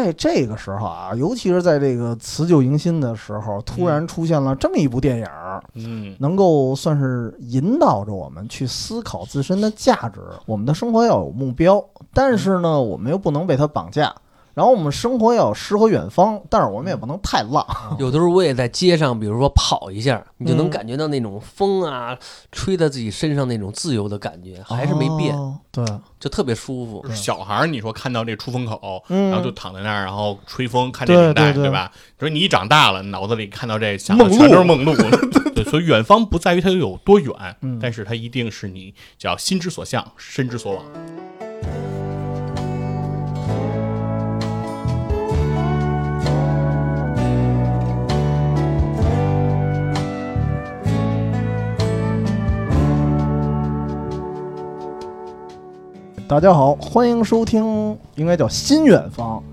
在这个时候啊，尤其是在这个辞旧迎新的时候，突嗯然出现了这么一部电影儿，嗯，能够算是引导着我们去思考自身的价值。我们的生活要有目标，但是呢，我们又不能被它绑架。然后我们生活要有诗和远方，但是我们也不能太浪。有的时候我也在街上，比如说跑一下，你就能嗯感觉到那种风啊，吹在自己身上那种自由的感觉，还是没变，哦对，就特别舒服。小孩儿，你说看到这出风口，嗯，然后就躺在那儿，然后吹风看对这领带，对对吧？你说你一长大了，脑子里看到这想梦的露全都是 梦露。对，所以远方不在于它有多远，嗯但是它一定是你叫心之所向，身之所往。大家好，欢迎收听，应该叫《新远方》，嗯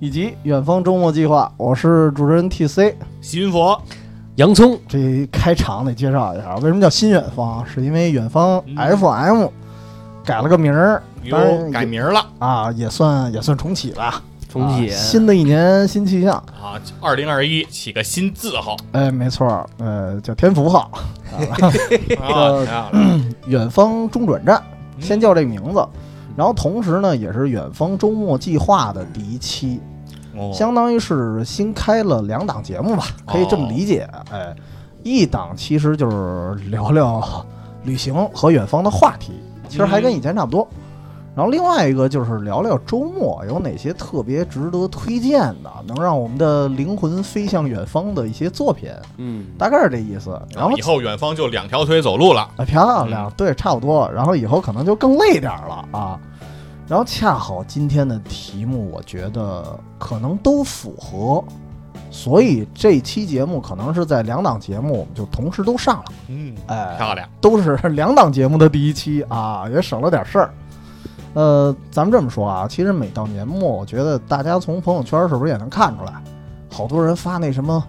以及《远方周末计划》，我是主持人 TC。西云佛，洋葱，这开场得介绍一下，为什么叫新远方？是因为远方嗯 FM 改了个名儿，当然又也改名儿了啊，也算也算重启了。重启啊，新的一年新气象。啊！二零二一起个新字 号哎，没错儿，呃，叫天福号，啊！太好了远方中转站，嗯先叫这名字。然后同时呢，也是远方周末计划的第一期，哦相当于是新开了两档节目吧，可以这么理解。哎，一档其实就是聊聊旅行和远方的话题，其实还跟以前差不多。然后另外一个就是聊聊周末有哪些特别值得推荐的，能让我们的灵魂飞向远方的一些作品，嗯，大概是这意思。然后以后远方就两条腿走路了。啊，漂亮，对，差不多。然后以后可能就更累点儿了啊。然后恰好今天的题目，我觉得可能都符合，所以这期节目可能是在两档节目我们就同时都上了，嗯，哎，漂亮。都是 两档节目的第一期啊，也省了点事儿。呃，咱们这么说啊，其实每到年末，我觉得大家从朋友圈是不是也能看出来，好多人发那什么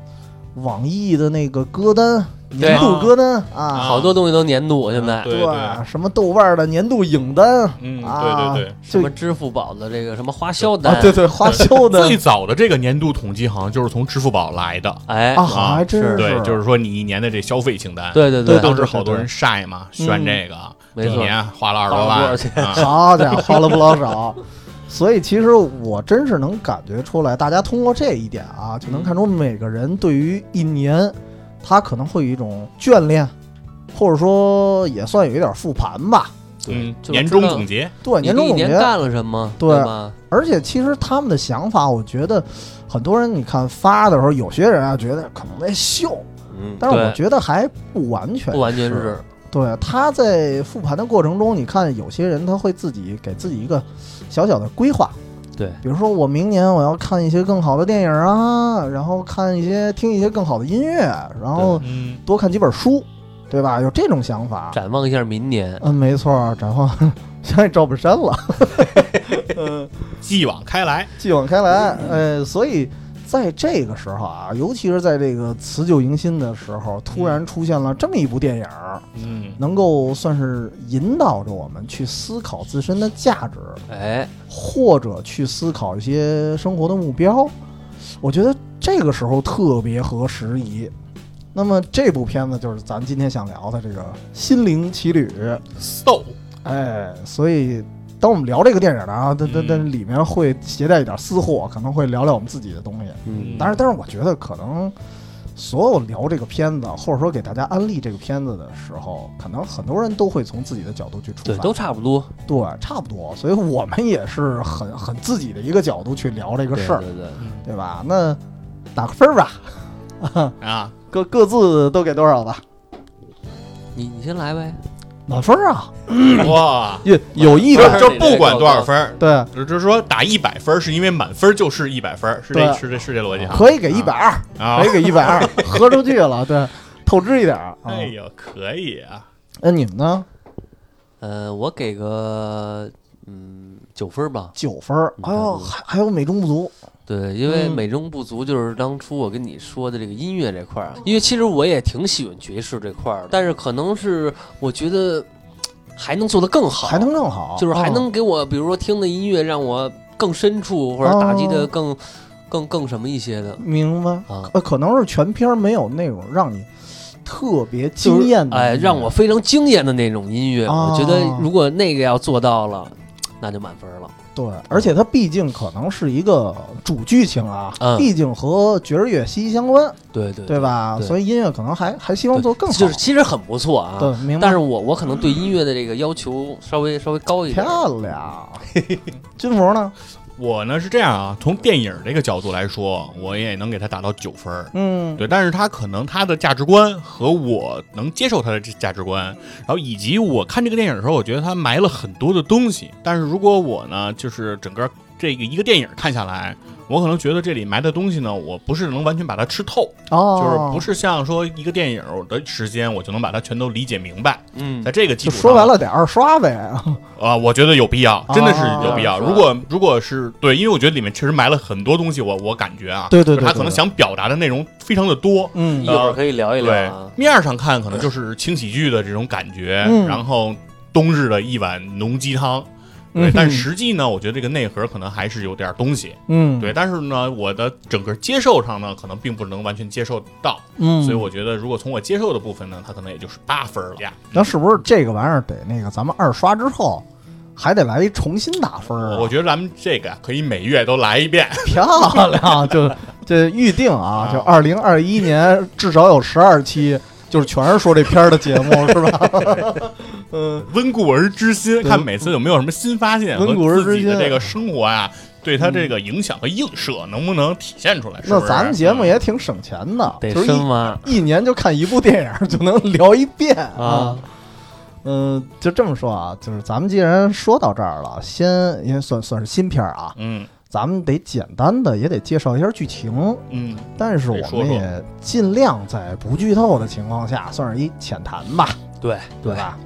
网易的那个歌单，对年度歌单啊好多东西都年度现在，对什么豆瓣的年度影单嗯，啊，对对对。什对么支付宝的这个什么花销就单，啊，对对，花销的最早的这个年度统计好像就是从支付宝来的，哎，啊，好像还真是对，就是说你一年的这消费清单。对对对当时好多人晒嘛，炫这个，没错一年花了二十花多了万多少钱 啊好家伙，花了不老少。所以其实我真是能感觉出来，大家通过这一点啊，就嗯能看出每个人对于一年，他可能会有一种眷恋，或者说也算有一点复盘吧。嗯，就是年终知道总结，对，你年终一总年结干了什么，对吧？而且其实他们的想法，我觉得很多人你看发的时候，有些人啊觉得可能在秀，嗯，但是我对觉得还不完全不完全是是。对，他在复盘的过程中，你看有些人他会自己给自己一个小小的规划，对比如说我明年我要看一些更好的电影啊，然后看一些听一些更好的音乐，然后嗯，多看几本书，对吧？有这种想法，展望一下明年，嗯，没错，展望 想起赵本山了，嗯，继往开来，继往开来，嗯呃，所以。在这个时候啊，尤其是在这个辞旧迎新的时候，突嗯然出现了这么一部电影儿，嗯，能够算是引导着我们去思考自身的价值，哎，或者去思考一些生活的目标。我觉得这个时候特别合时宜。那么这部片子就是咱今天想聊的这个《心灵奇旅》。 so，哎，所以当我们聊这个电影呢，啊，但但但嗯里面会携带一点私货，可能会聊聊我们自己的东西。嗯，当然，但是我觉得可能所有聊这个片子，或者说给大家安利这个片子的时候，可能很多人都会从自己的角度去出对，发，都差不多对差不多。所以我们也是 很很自己的一个角度去聊这个事儿，对对对，对吧？那打个分儿吧，啊，各各自都给多少吧？你你先来呗，满分儿啊， 哇，有有意一般的是这不管多少分儿，对，就是说打一百分儿，是因为满分儿就是一百分儿，是这对是这是这逻辑哈可以给一百二，啊可以，给一百 二，合出去了，对，透支一点儿啊哎。呦，可以啊，那你们呢？呃，我给个嗯九分吧，九分儿，哎呦，还还有美中不足，对，因为嗯美中不足就是当初我跟你说的这个音乐这块儿啊，因为其实我也挺喜欢爵士这块儿的，但是可能是我觉得嘖还能做得更好，哦还能更好，就是还嗯能给我，比如说听的音乐让我更深处，或者打击的更、更更什么一些的明白？啊。呃，可能是全片儿没有那种让你特别惊艳的，哎，让我非常惊艳的那种音乐，啊我觉得如果那个要做到了，那就满分了。对，而且它毕竟可能是一个主剧情啊，嗯毕竟和爵士乐息息相关，对对对吧？对所以音乐可能还还希望做更好，就是其实很不错啊。对，明白。但是我我可能对音乐的这个要求稍微稍微高一点。漂亮，军服呢？我呢是这样啊，从电影这个角度来说，我也能给它打到九分儿。嗯，对，但是他可能他的价值观和我能接受他的这价值观，然后以及我看这个电影的时候，我觉得他埋了很多的东西。但是如果我呢，就是整个这个一个电影看下来，我可能觉得这里埋的东西呢，我不是能完全把它吃透，哦，就是不是像说一个电影的时间我就能把它全都理解明白。嗯在，这个基就础上，说白了得哦二刷呗，啊，我觉得有必要，真的是有必啊要。如果如果是对，因为我觉得里面确实埋了很多东西，我我感觉啊，对对就是对他对可能对想表达的内容非常的多。嗯一会儿可以聊一聊对啊，。面儿上看可能就是轻喜剧的这种感觉，嗯然后冬日的一碗浓鸡汤。嗯对，但实际呢，我觉得这个内核可能还是有点东西。嗯，对，，但是呢，我的整个接受上呢，可能并不能完全接受到，嗯，所以我觉得，如果从我接受的部分呢，它可能也就是八分了呀。那是不是这个玩意儿得那个咱们二刷之后还得来一重新打分儿啊？我觉得咱们这个可以每月都来 一遍，漂亮， 就这预定啊，啊就二零二一年至少有十二期，就是全是说这片儿的节 目，是吧？嗯，温故而知新，对看每次有没有什么新发现温故而和知自己的新嗯这个生活啊，对他这个影响和映射能不能体现出来？是那不是嗯咱们节目也挺省钱的，得就是深挖一一年就看一部电影儿就能聊一遍啊。。嗯，就这么说啊，就是咱们既然说到这儿了，先因为算算是新片儿啊，嗯咱们得简单的也得介绍一下剧情，嗯，但是我得说们说也尽量在不剧透的情况下，算是一浅谈吧。对对？吧？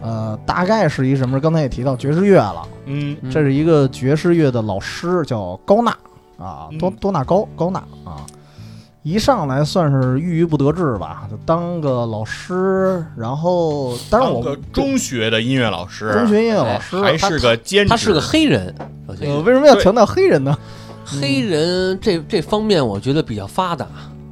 呃，大概是一什么？刚才也提到爵士乐了，嗯嗯这是一个爵士乐的老师叫高纳啊，嗯多多纳高高纳啊，一上来算是郁郁不得志吧，就当个老师，然后当然当我个中学的音乐老师，中学音乐老师还他是个兼职，他是个哎黑人，首先呃为什么要强调黑人呢？黑人这这方面我觉得比较发达，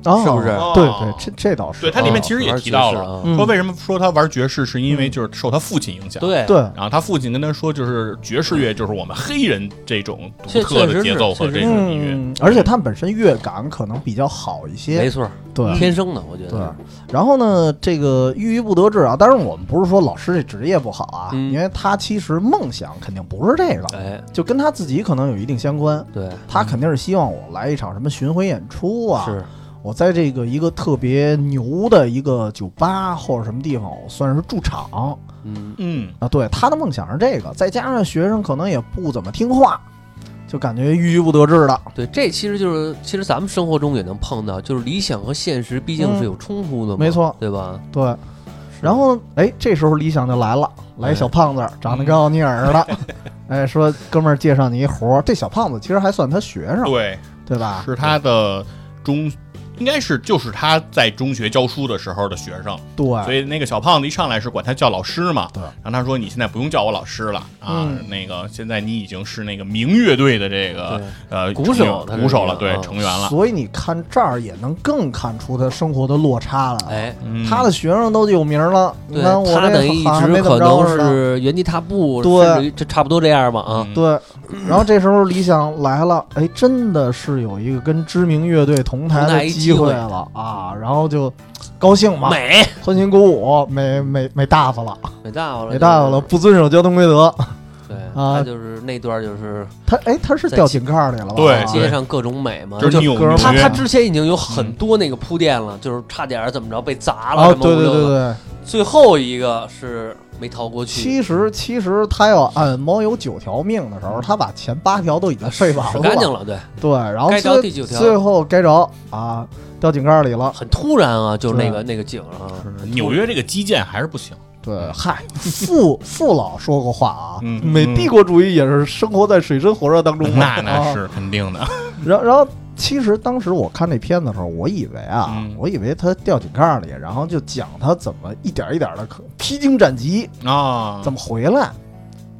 啊，是不是对对，这这倒是。哦对它里面其实也提到了啊嗯说为什么说他玩爵士，是因为就是受他父亲影响。。对，对，然后他父亲跟他说，就是爵士乐就是我们黑人这种独确特确实的节是奏和确实这种音乐。嗯，而且他们本身乐感可能比较好一些没，错，对，嗯天生的，我觉对得。，然后呢，这个郁郁不得志啊。当然，我们不是说老师这职业不好啊，嗯因为他其实梦想肯定不是这个，哎，就跟他自己可能有一定相关。对，他肯定是希望我来一场什么巡回演出啊，是我在这个一个特别牛的一个酒吧或者什么地方，我算是驻场嗯，嗯，啊。对，他的梦想是这个，再加上学生可能也不怎么听话，就感觉郁郁不得志的。对，这其实就是其实咱们生活中也能碰到，就是理想和现实毕竟是有冲突的嘛，嗯没，错，对吧？对。然后，哎，这时候理想就来了，哎来一小胖子，长得跟奥尼尔似 的，哎，说哥们儿介绍你一活儿。这小胖子其实还算他学生，对，对吧？是他的中，应该是就是他在中学教书的时候的学生，对，所以那个小胖子一上来是管他叫老师嘛，哎对然后他说你现在不用叫我老师了啊，嗯那个现在你已经是那个明乐队的这个对呃鼓成手员他是鼓手一个了，对啊，成员了，所以你看这儿也能更看出他生活的落差来。哎，嗯他的学生都有名了，你对看，我他这等于一好像没直怎么可着能似的。是原地踏步，对嗯甚至于这差不多这样吧嗯啊，， 对，然后这时候理想来了，哎，真的是有一个跟知名乐队同台同台的一机机会会了啊，然后就高兴嘛，美欢欣鼓舞，美美美大发了。美大发了，没大发了，就是，不遵守交通规则。对，啊他就是那段就是他哎，他是掉井盖里了吧？对街上各种美嘛，就是扭哥们扭儿他纽约他，之前已经有嗯很多那个铺垫了，就是差点儿怎么着被砸了，啊，什么对对五六对个对。最后一个是没逃过去，其实其实他要按猫有九条命的时候，他把前八条都已经废完使了，干净了，对，对，然后该着最第九条最后该着啊，掉井盖里了。很突然啊，就是那对个那个景啊，纽约这个基建还是不行，对，嗨，父父老说过话啊，嗯美帝国主义也是生活在水深火热当中嘛。那那啊。是肯定 的， 然后然后，其实当时我看这片子的时候，我以为啊，嗯我以为他掉井盖里，然后就讲他怎么一点一点的披荆斩棘，啊，怎么回来？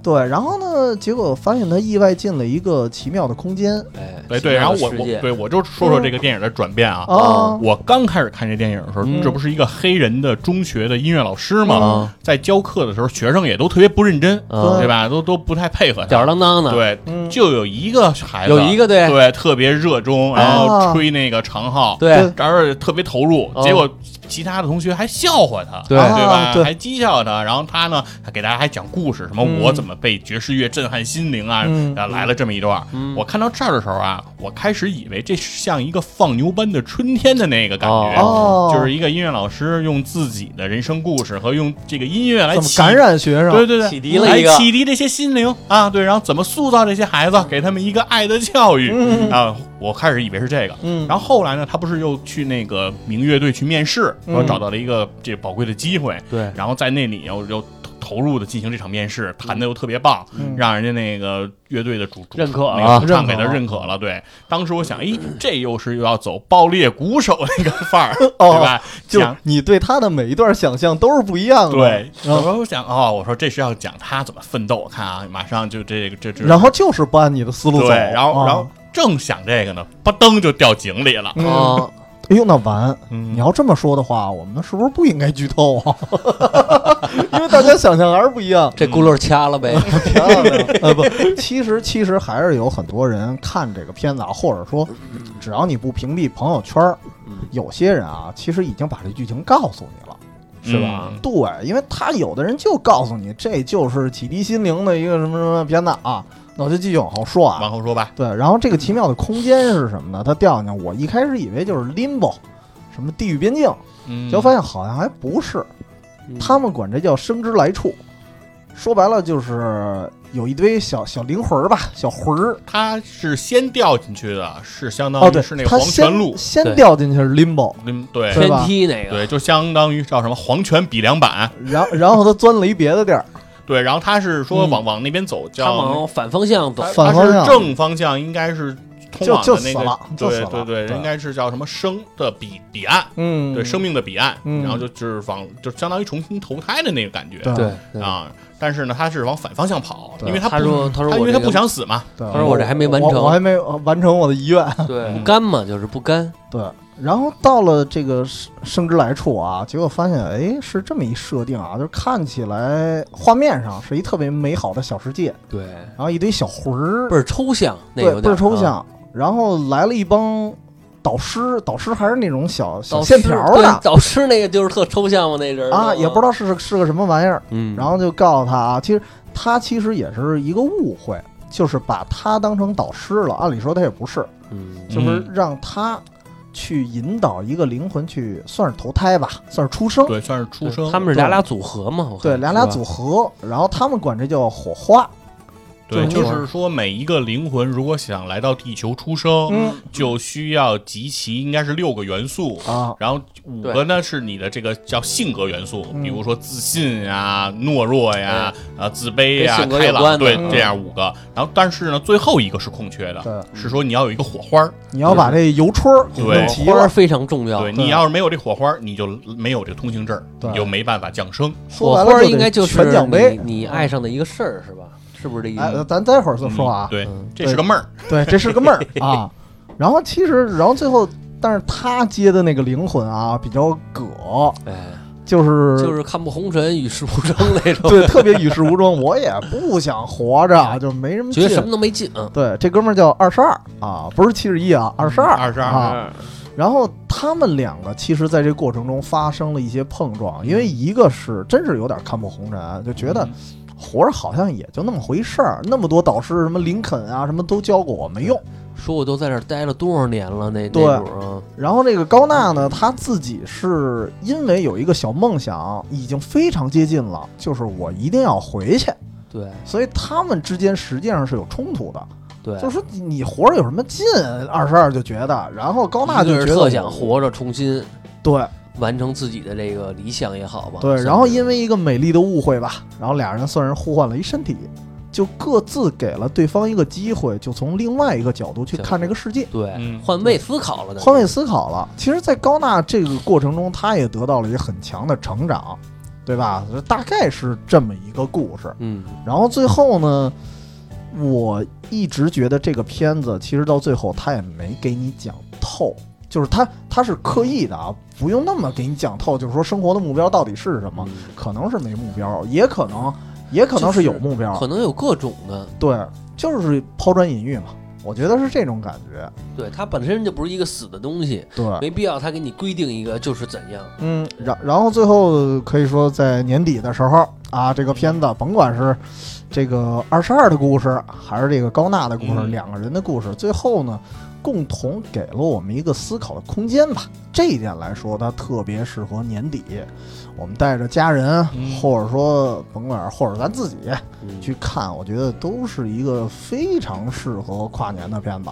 对，然后呢，结果发现他意外进了一个奇妙的空间哎，对奇对，妙然后的我世我界嗯对我就说说这个电影的转变啊。啊我刚开始看这电影的时候，嗯这不是一个黑人的中学的音乐老师嗯吗？在教课的时候，学生也都特别不认真，嗯对吧？都都不太配合他。吊儿郎当的，对，嗯就有一个孩子，有一个对对特别热衷，然后啊吹那个长号，对然后特别投入，嗯结果其他的同学还笑话他，对对吧啊？对还讥笑他，然后他呢还给大家还讲故事，什么嗯我怎么被爵士乐震撼心灵啊，嗯然后来了这么一段。嗯我看到这儿的时候啊，我开始以为这像一个放牛班的春天的那个感觉。哦，就是一个音乐老师用自己的人生故事和用这个音乐来怎么启感染学生？对对对，启迪了一个来启迪这些心灵啊，对，然后怎么塑造这些孩子，给他们一个爱的教育、嗯啊。我开始以为是这个，嗯，然后后来呢，他不是又去那个民乐队去面试，然后嗯找到了一个这宝贵的机会，对，然后在那里又又投投入的进行这场面试，弹的又特别棒，嗯让人家那个乐队的主主认可了那个主认唱给可他了认可了。对，当时我想，哎，这又是又要走爆裂鼓手那个范儿，哦对吧？就想你对他的每一段想象都是不一样的。对，然后我说我想哦，我说这是要讲他怎么奋斗，我看啊，马上就这个这这，然后就是不按你的思路对走，，然后啊然后正想这个呢，吧噔就掉井里了。嗯，哦，。哎呦，那完，嗯你要这么说的话，我们是不是不应该剧透啊？ 因为大家想象还是不一样这轱辘掐了 呗，嗯呃，不，其实其实还是有很多人看这个片子啊，或者说，只要你不屏蔽朋友圈儿嗯，有些人啊，其实已经把这剧情告诉你了。是吧？嗯对，因为他有的人就告诉你，这就是启迪心灵的一个什么什么片子啊。那我就继续往后说啊，往后说吧，对，然后这个奇妙的空间是什么呢？它掉进去，我一开始以为就是 limbo，什么地狱边境，嗯结果发现好像还不是，嗯他们管这叫生之来处。说白了就是有一堆小小灵魂儿吧，小魂儿。他是先掉进去的，是相当哦，于对啊是那，个他黄泉先路，先对掉进去是 limbo，嗯，对对天吧梯那个，对，就相当于叫什么黄泉比梁板，然后然后他钻了一别的地儿，对，然后他是说嗯往往那边走，他叫往反方向走他，反他方是向正方向，应该是通就往就的死那个了，，就死对了。对对，应该是叫什么生的彼彼岸，嗯，对，生命的彼岸，嗯然后就是往就相当于重新投胎的那个感觉对对对，啊。但是呢，他是往反方向跑，对因为他他不说他说他因我为他这个不想死嘛，对。他说我这还没完成我还没呃完成我的遗愿。对嗯不甘嘛，就是不甘，对，然后到了这个生生之来处啊，结果发现哎是这么一设定啊，就是看起来画面上是一特别美好的小世界，对，然后一堆小魂儿，倍儿抽象，那对有倍点儿抽啊象，然后来了一帮导师，导师还是那种小小导线师条对嗯的导师那个就是特抽象嘛，那人啊，也不知，道是是个什么玩意儿，嗯，然后就告诉他啊，其实他其实也是一个误会。就是把他当成导师了，按理说他也不是，嗯就是嗯让他去引导一个灵魂去，算是投胎吧，算是出生，对，算是出生，他们是俩俩组合嘛，我看对，俩俩，是组吧合，然后他们管这叫火花。对，就就是是说每一个灵魂如果想来到地球出生，嗯就需要集齐应该是六个元素。啊，然后五个呢是你的这个叫性格元素，嗯比如说自信呀、懦弱呀、啊自卑呀、跟性格开有关朗，的对，嗯这样五个。然后但是呢，最后一个是空缺的，对，是说你要有一个火花儿，你要把这邮戳给对弄齐花儿了。非常重要，对哦对你要是没有这火花儿，你就没有这通行证儿，对你就没办法降生。说火白花了儿就应该得就是全奖杯。你你爱上的一个事儿是吧？是不是这意哎，思？咱待会儿再说嗯啊。对，嗯这是个妹儿， 对，这是个妹儿啊。然后其实，然后最后，但是他接的那个灵魂啊，比较葛，哎，就是就是看破红尘与世无争那种，对，特别与世无争。我也不想活 着，就没什么觉劲得。什么都没劲，嗯，对，这哥们儿叫二十二啊，不是七十一啊，二十二， 22啊。然后他们两个其实在这过程中发生了一些碰撞，因为一个是真是有点看破红尘，就觉得嗯活着好像也就那么回事儿，那么多导师什么林肯啊什么都教过我没用。说我都在这儿待了多少年了，那那对主儿啊，然后这个高娜呢，她自己是因为有一个小梦想，已经非常接近了，就是我一定要回去，对所以他们之间实际上是有冲突的。对，就是说你活着有什么劲？二十二就觉得，然后高娜一就觉个是得特我想活着，重新对，完成自己的这个理想也好吧。对，算然后是因为一个美丽的误会吧，然后俩人算是互换了一身体，就各自给了对方一个机会，就从另外一个角度去角看这度个世界，对、嗯换位思考了，换位思考了。其实，在高娜这个过程中，她也得到了一个很强的成长，对吧？就大概是这么一个故事。嗯然后最后呢，我一直觉得这个片子其实到最后他也没给你讲透，就是他他是刻意的啊，不用那么给你讲透，就是说生活的目标到底是什么，嗯可能是没目标，也可能也可能就是是有目标，可能有各种的，对，就是抛砖引玉嘛，我觉得是这种感觉，对它本身就不是一个死的东西，对。没必要它给你规定一个就是怎样。嗯，然然后最后可以说在年底的时候啊，这个片嗯子甭管是这个二十二的故事，还是这个高娜的故事，嗯两个人的故事，最后呢，共同给了我们一个思考的空间吧。这一点来说，它特别适合年底，我们带着家人，嗯或者说甭管或者咱自己嗯去看，我觉得都是一个非常适合跨年的片子。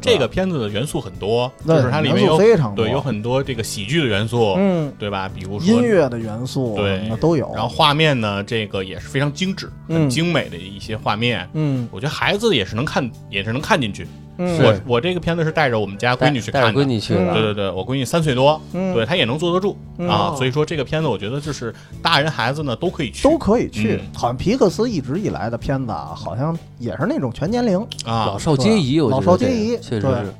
这个片子的元素很多，就那是它里元面素有非常多，对有很多这个喜剧的元素，嗯，对吧？比如说音，乐的元素对什么的都有，然后画面呢，这个也是非常精致、嗯精美的一些画面。嗯我觉得孩子也是能看，也是能看进去。嗯，我我这个片子是带着我们家闺女去带带看着闺的，女去了，对对对，我闺女三岁多，嗯对她也能坐得住嗯啊哦。所以说这个片子，我觉得就是大人孩子呢都可以去都可以去。嗯好像皮克斯一直以来的片子啊，好像也是那种全年龄。啊老。少皆宜，我觉得老少皆宜这个确实对是。对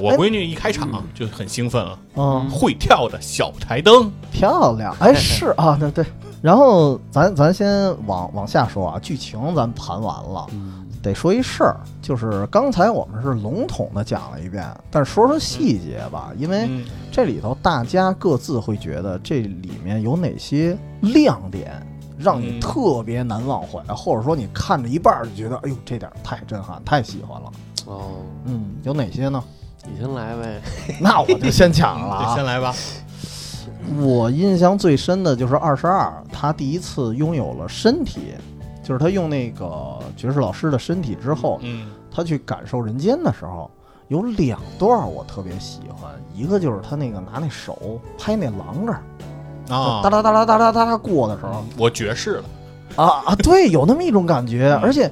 我闺女一开场就很兴奋了，嗯，会跳的小台灯，漂亮。哎，是啊，对对。然后咱咱先往往下说啊，剧情咱盘完了，嗯得说一事儿，就是刚才我们是笼统的讲了一遍，但是说说细节吧，因为嗯这里头大家各自会觉得这里面有哪些亮点，让你嗯特别难忘怀，或者说你看着一半儿就觉得，哎呦，这点儿太震撼，太喜欢了。哦，嗯，有哪些 呢？你先来呗。那我就先抢了对，啊 先！来吧。我印象最深的就是二十二，他第一次拥有了身体，就是他用那个爵士老师的身体之后，嗯他去感受人间的时候，有两段我特别喜欢，一个就是他那个拿那手拍那栏杆儿，啊哒，哒哒哒哒哒哒哒过的时候，我爵士了。啊啊，对，有那么一种感觉，嗯而且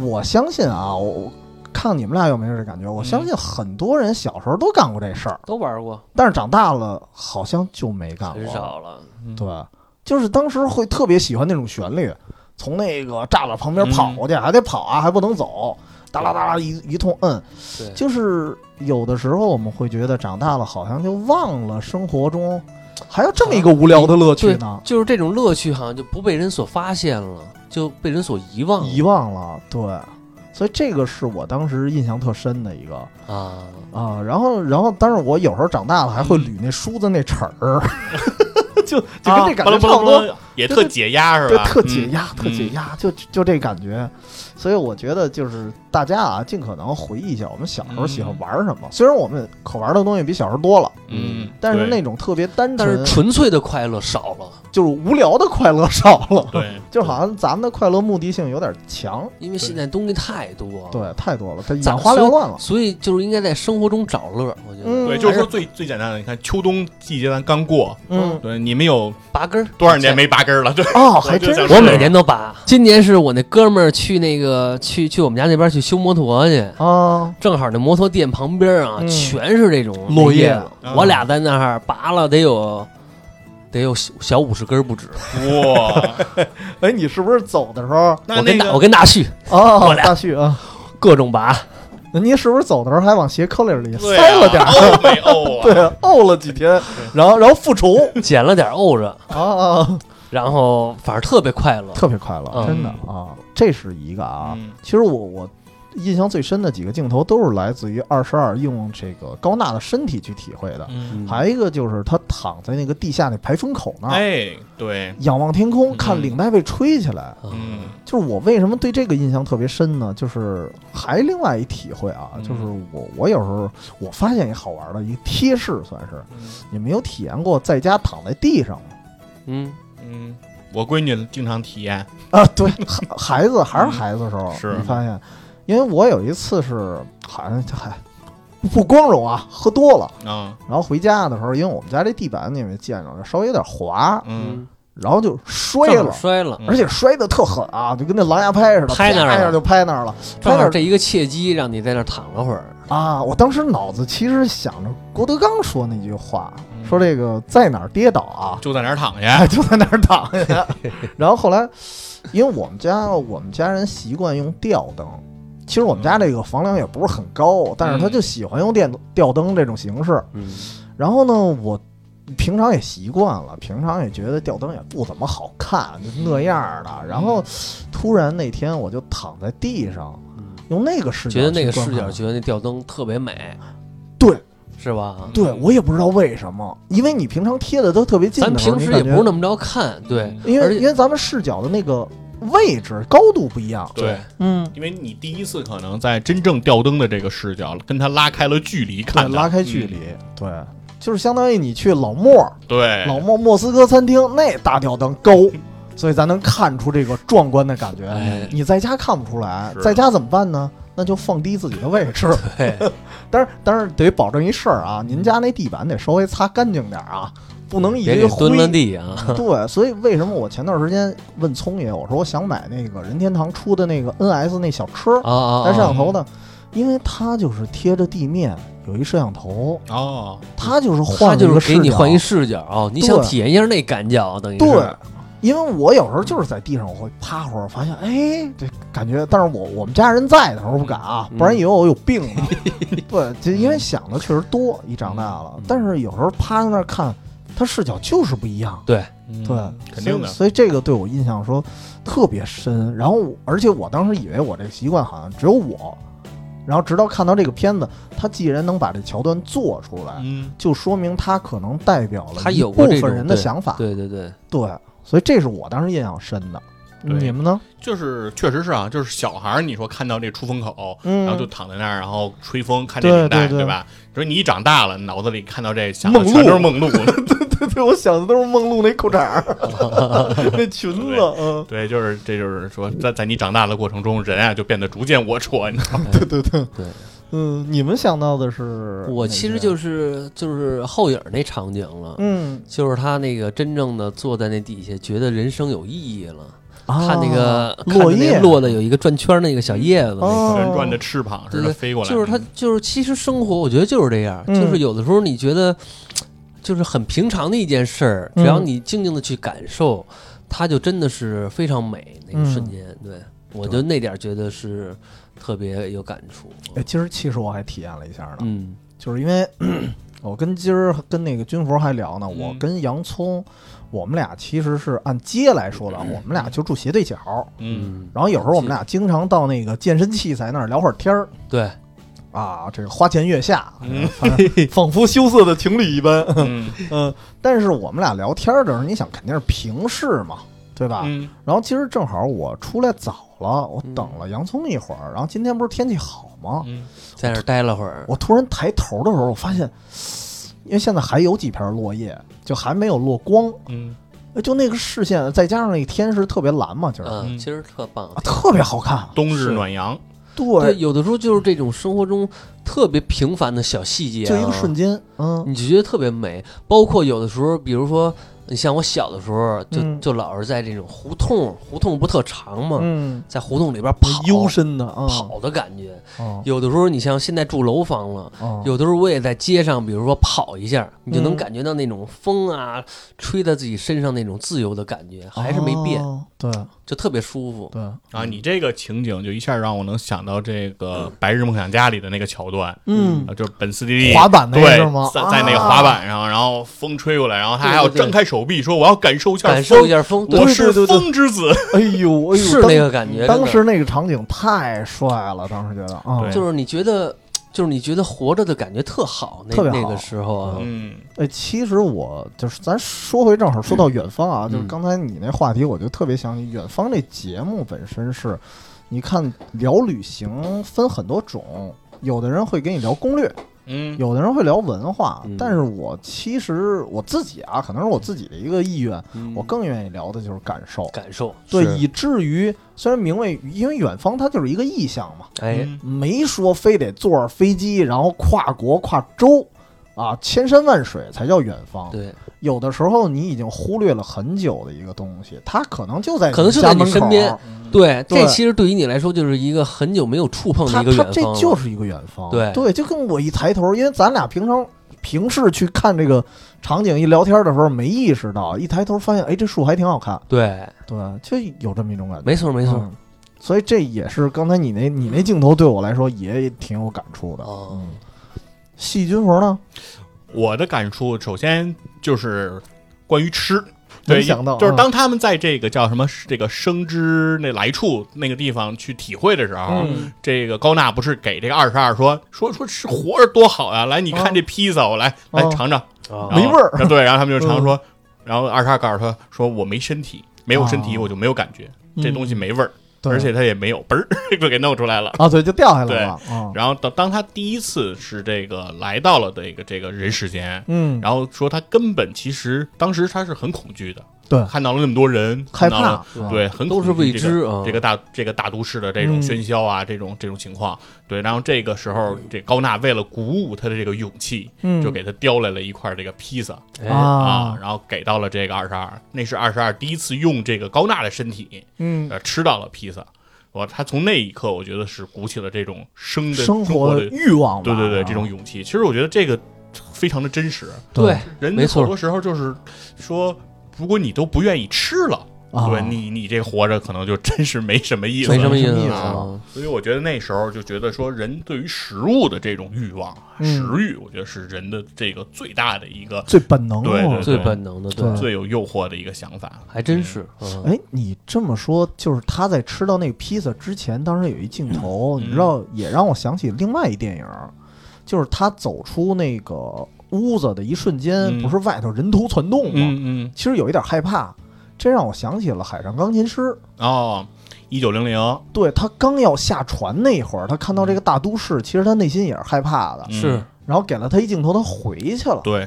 我相信啊，我我看你们俩有没有这感觉，我相嗯信很多人小时候都干过这事儿。都玩过，但是长大了好像就没干过，很少了。嗯对，就是当时会特别喜欢那种旋律，从那个栅栏嗯旁边跑过去，还得跑啊，还不能走，哒啦哒啦一一通摁。对，就是有的时候我们会觉得长大了好像就忘了生活中还有这么一啊个无聊的乐趣呢，就是这种乐趣好像就不被人所发现了，就被人所遗忘了遗忘了。对，所以这个是我当时印象特深的一个啊。啊。然后，然后，但是我有时候长大了还会捋那梳子那齿儿， 就就跟这感觉巴拉巴差拉不巴多。拉，也特解压是对，吧？特解压，嗯特解。压，就就这感觉。所以我觉得就是大家啊，尽可能回忆一下我们小时候喜欢玩什么。虽然我们可玩的东西比小时候多了，嗯，但是对那种特别单但纯是，纯粹的快乐少了，就是无聊的快乐少了。，嗯对，就好像咱们的快乐目的性有点强，因为现在东西太多，，对，太多了，它啊咱眼花缭乱了。所以就是应该在生活中找乐。我觉嗯得对，就是说最最简单的，你看秋冬季节咱刚过，嗯，对，你们有拔根儿多少年？没拔根儿 了？对，哦，还真我是就我想每年都拔，今年是我那哥们儿去那个去去我们家那边去修摩托去，啊，正好那摩托店旁边啊，嗯全是这种落叶叶子啊我俩在那儿拔了得有得有小小五十根儿不止。哇，哎，你是不是走的时候那我跟那大我个跟大旭哦，我俩大旭啊，各种拔， 您是不是走的时候还往鞋扣里里对塞了点啊 儿？哦没哦啊，对，沤了几天，然后然后复除捡了点儿沤着，啊啊，啊然后反正特别快乐。特别快乐，嗯真的啊，这是一个 啊。嗯其实我我印象最深的几个镜头都是来自于二十二用这个高娜的身体去体会的，嗯，还有一个就是他躺在那个地下那排风口那儿。哎，对，仰望天空，嗯看领带被吹起来，嗯嗯，就是我为什么对这个印象特别深呢？就是还另外一体会啊，嗯就是我我有时候我发现一好玩的一个贴士，算是嗯你没有体验过在家躺在地上吗？嗯，嗯，我闺女经常体验， 啊，对，孩孩子还是孩子的时候，是你发现，因为我有一次是好像还不光荣啊，喝多了，啊，然后回家的时候，因为我们家这地板你们见着了，稍微有点滑，嗯，然后就摔正好了，摔了，嗯而且摔得特狠啊，就跟那狼牙拍似的，拍那儿啪一下了就拍那儿了，正拍那好儿这一个契机让你在那儿躺了会儿。啊，我当时脑子其实想着郭德纲说那句话，说这个在哪儿跌倒啊，就在哪儿躺哎，下。就在那儿躺下。 然后后来，因为我们家我们家人习惯用吊灯，其实我们家这个房梁也不是很高，但是他就喜欢用电吊灯这种形式。嗯，然后呢，我平常也习惯了，平常也觉得吊灯也不怎么好看，就那样儿的。然嗯后突然那天我就躺在地上，用那个视角觉得那个去观视角，看觉得那吊灯特别美，对是吧？对，我也不知道为什么，因为你平常贴的都特别近咱的时候，平时你也感觉不是那么着看，嗯对，因而为且因为咱们视角的那个位置高度不一样，对，嗯，因为你第一次可能在真正吊灯的这个视角，跟他拉开了距离对，看的，拉开距离，嗯对，就是相当于你去老莫对，老莫莫斯科餐厅那大吊灯 高，所以咱能看出这个壮观的感觉。哎你在家看不出来，是在家怎么办呢？那就放低自己的位置。对， 但是但是得保证一事儿啊，您家那地板得稍微擦干净点儿啊，不能一别堆给蹲了灰。地啊，对，所以为什么我前段时间问聪爷，我说我想买那个任天堂出的那个 NS 那小车啊啊，带摄啊像头的，因为它就是贴着地面有一摄像头，哦，它就是换他了就个是给你视角换一视角哦，你想对体验一下那感觉啊，等于是对，因为我有时候就是在地上，我会趴会儿，发现哎，这感觉。但是我我们家人在的时候不敢啊，嗯不然以为我有病 呢。对，就因为想的确实多，一长大了。嗯但是有时候趴在那儿看，他视角就是不一样。嗯对，肯定所以。，的所以这个对我印象说特别深。然后我，而且我当时以为我这个习惯好像只有我。然后直到看到这个片子，他既然能把这桥段做出来，嗯，就说明他可能代表了他一有部过这种分人的想法。对对对，对，所以这是我当时印象深的。嗯对你们呢？就是确实是啊，就是小孩儿，你说看到这出风口，嗯然后就躺在那儿，然后吹风看对这领带，对对吧？你说你一长大了，脑子里看到这想梦的露全都是梦露， 对嗯 对，我想的都是梦露那裤衩 儿、那裙子嗯，对，就是这就是说，在在你长大的过程中，人啊就变得逐渐龌龊，你知道吗？对对对对，嗯，你们想到的是？我其实就，是就是后影儿那场景了。嗯，就是他那个真正的坐在那底下，觉得人生有意义了。啊看那个看落着那叶落的有一个转圈儿那个小叶子那个，哦旋转着翅膀似对的对飞过来，嗯就是他就是其实生活，我觉得就是这样，嗯就是有的时候你觉得就是很平常的一件事儿，嗯只要你静静的去感受，它就真的是非常美那个嗯瞬间。对我就那点儿觉得是特别有感触。哎，今儿其实我还体验了一下呢，嗯就是因为 我跟今儿跟那个军服还聊呢，嗯我跟洋葱，我们俩其实是按街来说的，我们俩就住斜对角，嗯，然后有时候我们俩经常到那个健身器材那儿聊会儿天儿。对，啊，这个花前月下，嗯反正仿佛羞涩的情侣一般。 嗯嗯，但是我们俩聊天的时候，你想肯定是平视嘛，对吧？啊嗯然后今儿正好我出来早了，我等了洋葱一会儿，然后今天不是天气好吗？嗯，在那儿待了会儿，我突然抬头的时候，我发现，因为现在还有几片落叶，就还没有落光，嗯哎就那个视线，再加上那个天是特别蓝嘛，今儿、嗯，嗯其实特棒啊。特别好看。冬日是暖阳，对，对，有的时候就是这种生活中特别平凡的小细节、啊，就一个瞬间，嗯你就觉得特别美。包括有的时候，比如说，你像我小的时候，就、嗯就老是在这种胡同，胡同不特长嘛，嗯，在胡同里边跑，幽深的啊，跑的感觉。啊有的时候，你像现在住楼房了。啊有的时候我也在街上，比如说跑一下，你就能嗯感觉到那种风啊，吹在自己身上那种自由的感觉，还是没变，哦对就特别舒服。对，啊，你这个情景就一下让我能想到这个《白日梦想家》里的那个桥段，嗯啊，就是本斯蒂利嗯滑板那个对是吗在啊在那个滑板上，然后风吹过来，然后他还要对对对张开手臂说我要感受一下感受一风，下风，对我对是对对对风之子，哎呦哎呦，是当那个感觉。真当的时那个场景太帅了，当时觉得啊对，就是你觉得，就是你觉得活着的感觉特好，那特别好那个时候啊，嗯哎，其实我就是咱说回正好说到远方啊，嗯就是刚才你那话题，我就特别想起远方这节目本身是，你看聊旅行分很多种。有的人会给你聊攻略，嗯，有的人会聊文化，嗯但是我其实我自己啊，可能是我自己的一个意愿，嗯我更愿意聊的就是感受。感受对，是以至于虽然名为，因为远方它就是一个意象嘛，哎，嗯没说非得坐着飞机，然后跨国跨州，啊，千山万水才叫远方。对，有的时候你已经忽略了很久的一个东西，它可能就在可能就家在你门口身边。嗯对，这对其实对于你来说就是一个很久没有触碰的它一个远它方了。这就是一个远方。对就跟我一抬头，因为咱俩平常平视去看这个场景，一聊天的时候没意识到，一抬头发现，哎，这树还挺好看。对，对，就有这么一种感觉。没错没错。嗯所以这也是刚才你那你那镜头对我来说也挺有感触的。哦嗯，细菌佛呢？我的感触首先就是关于吃，对，没想到就是嗯当他们在这个叫什么这个生之那来处那个地方去体会的时候，嗯这个高娜不是给这个二十二说说说吃活着多好啊！来，你啊看这披萨，我来来啊尝尝，哦然后没味儿。然后对，然后他们嗯就尝说，然后二十二告诉他说我没身体，没有身体哦我就没有感觉，嗯这东西没味儿，对而且它也没有嘣儿 就给弄出来了。啊，嗯对，就掉下来了。啊，然后当当他第一次是这个来到了这个这个人世间，嗯，然后说他根本其实当时他是很恐惧的，对看到了那么多人，害看到怕了，啊是吧，对，很都是恐惧未这个知啊。这个大这个大都市的这种嗯喧嚣啊，这种这种情况，对，然后这个时候，这高娜为了鼓舞他的这个勇气，嗯就给他叼来了一块这个披萨哎啊啊，，然后给到了这个二十二，那是二十二第一次用这个高娜的身体，嗯，呃，吃到了披萨，我他从那一刻，我觉得是鼓起了这种生的生活活的的，欲望吧，对对对，啊这种勇气，其实我觉得这个非常的真实，对，人没错好多时候就是说，如果你都不愿意吃了。啊对你，你这活着可能就真是没什么意思，没什么意没什么意思思啊。所以我觉得那时候就觉得说，人对于食物的这种欲望、啊嗯食欲，我觉得是人的这个最大的一个、最本能哦对了对最本能的，对最有诱惑的一个想法。还真是。嗯哎，你这么说，就是他在吃到那个披萨之前，当时有一镜头，嗯你知道，也让我想起另外一电影，就是他走出那个屋子的一瞬间，嗯不是外头人头攒动吗？嗯其实有一点害怕，这让我想起了《海上钢琴师》。嗯，哦，一九零零，对他刚要下船那会儿，他看到这个大都市，其实他内心也是害怕的。嗯是然后给了他一镜头，他回去了。对，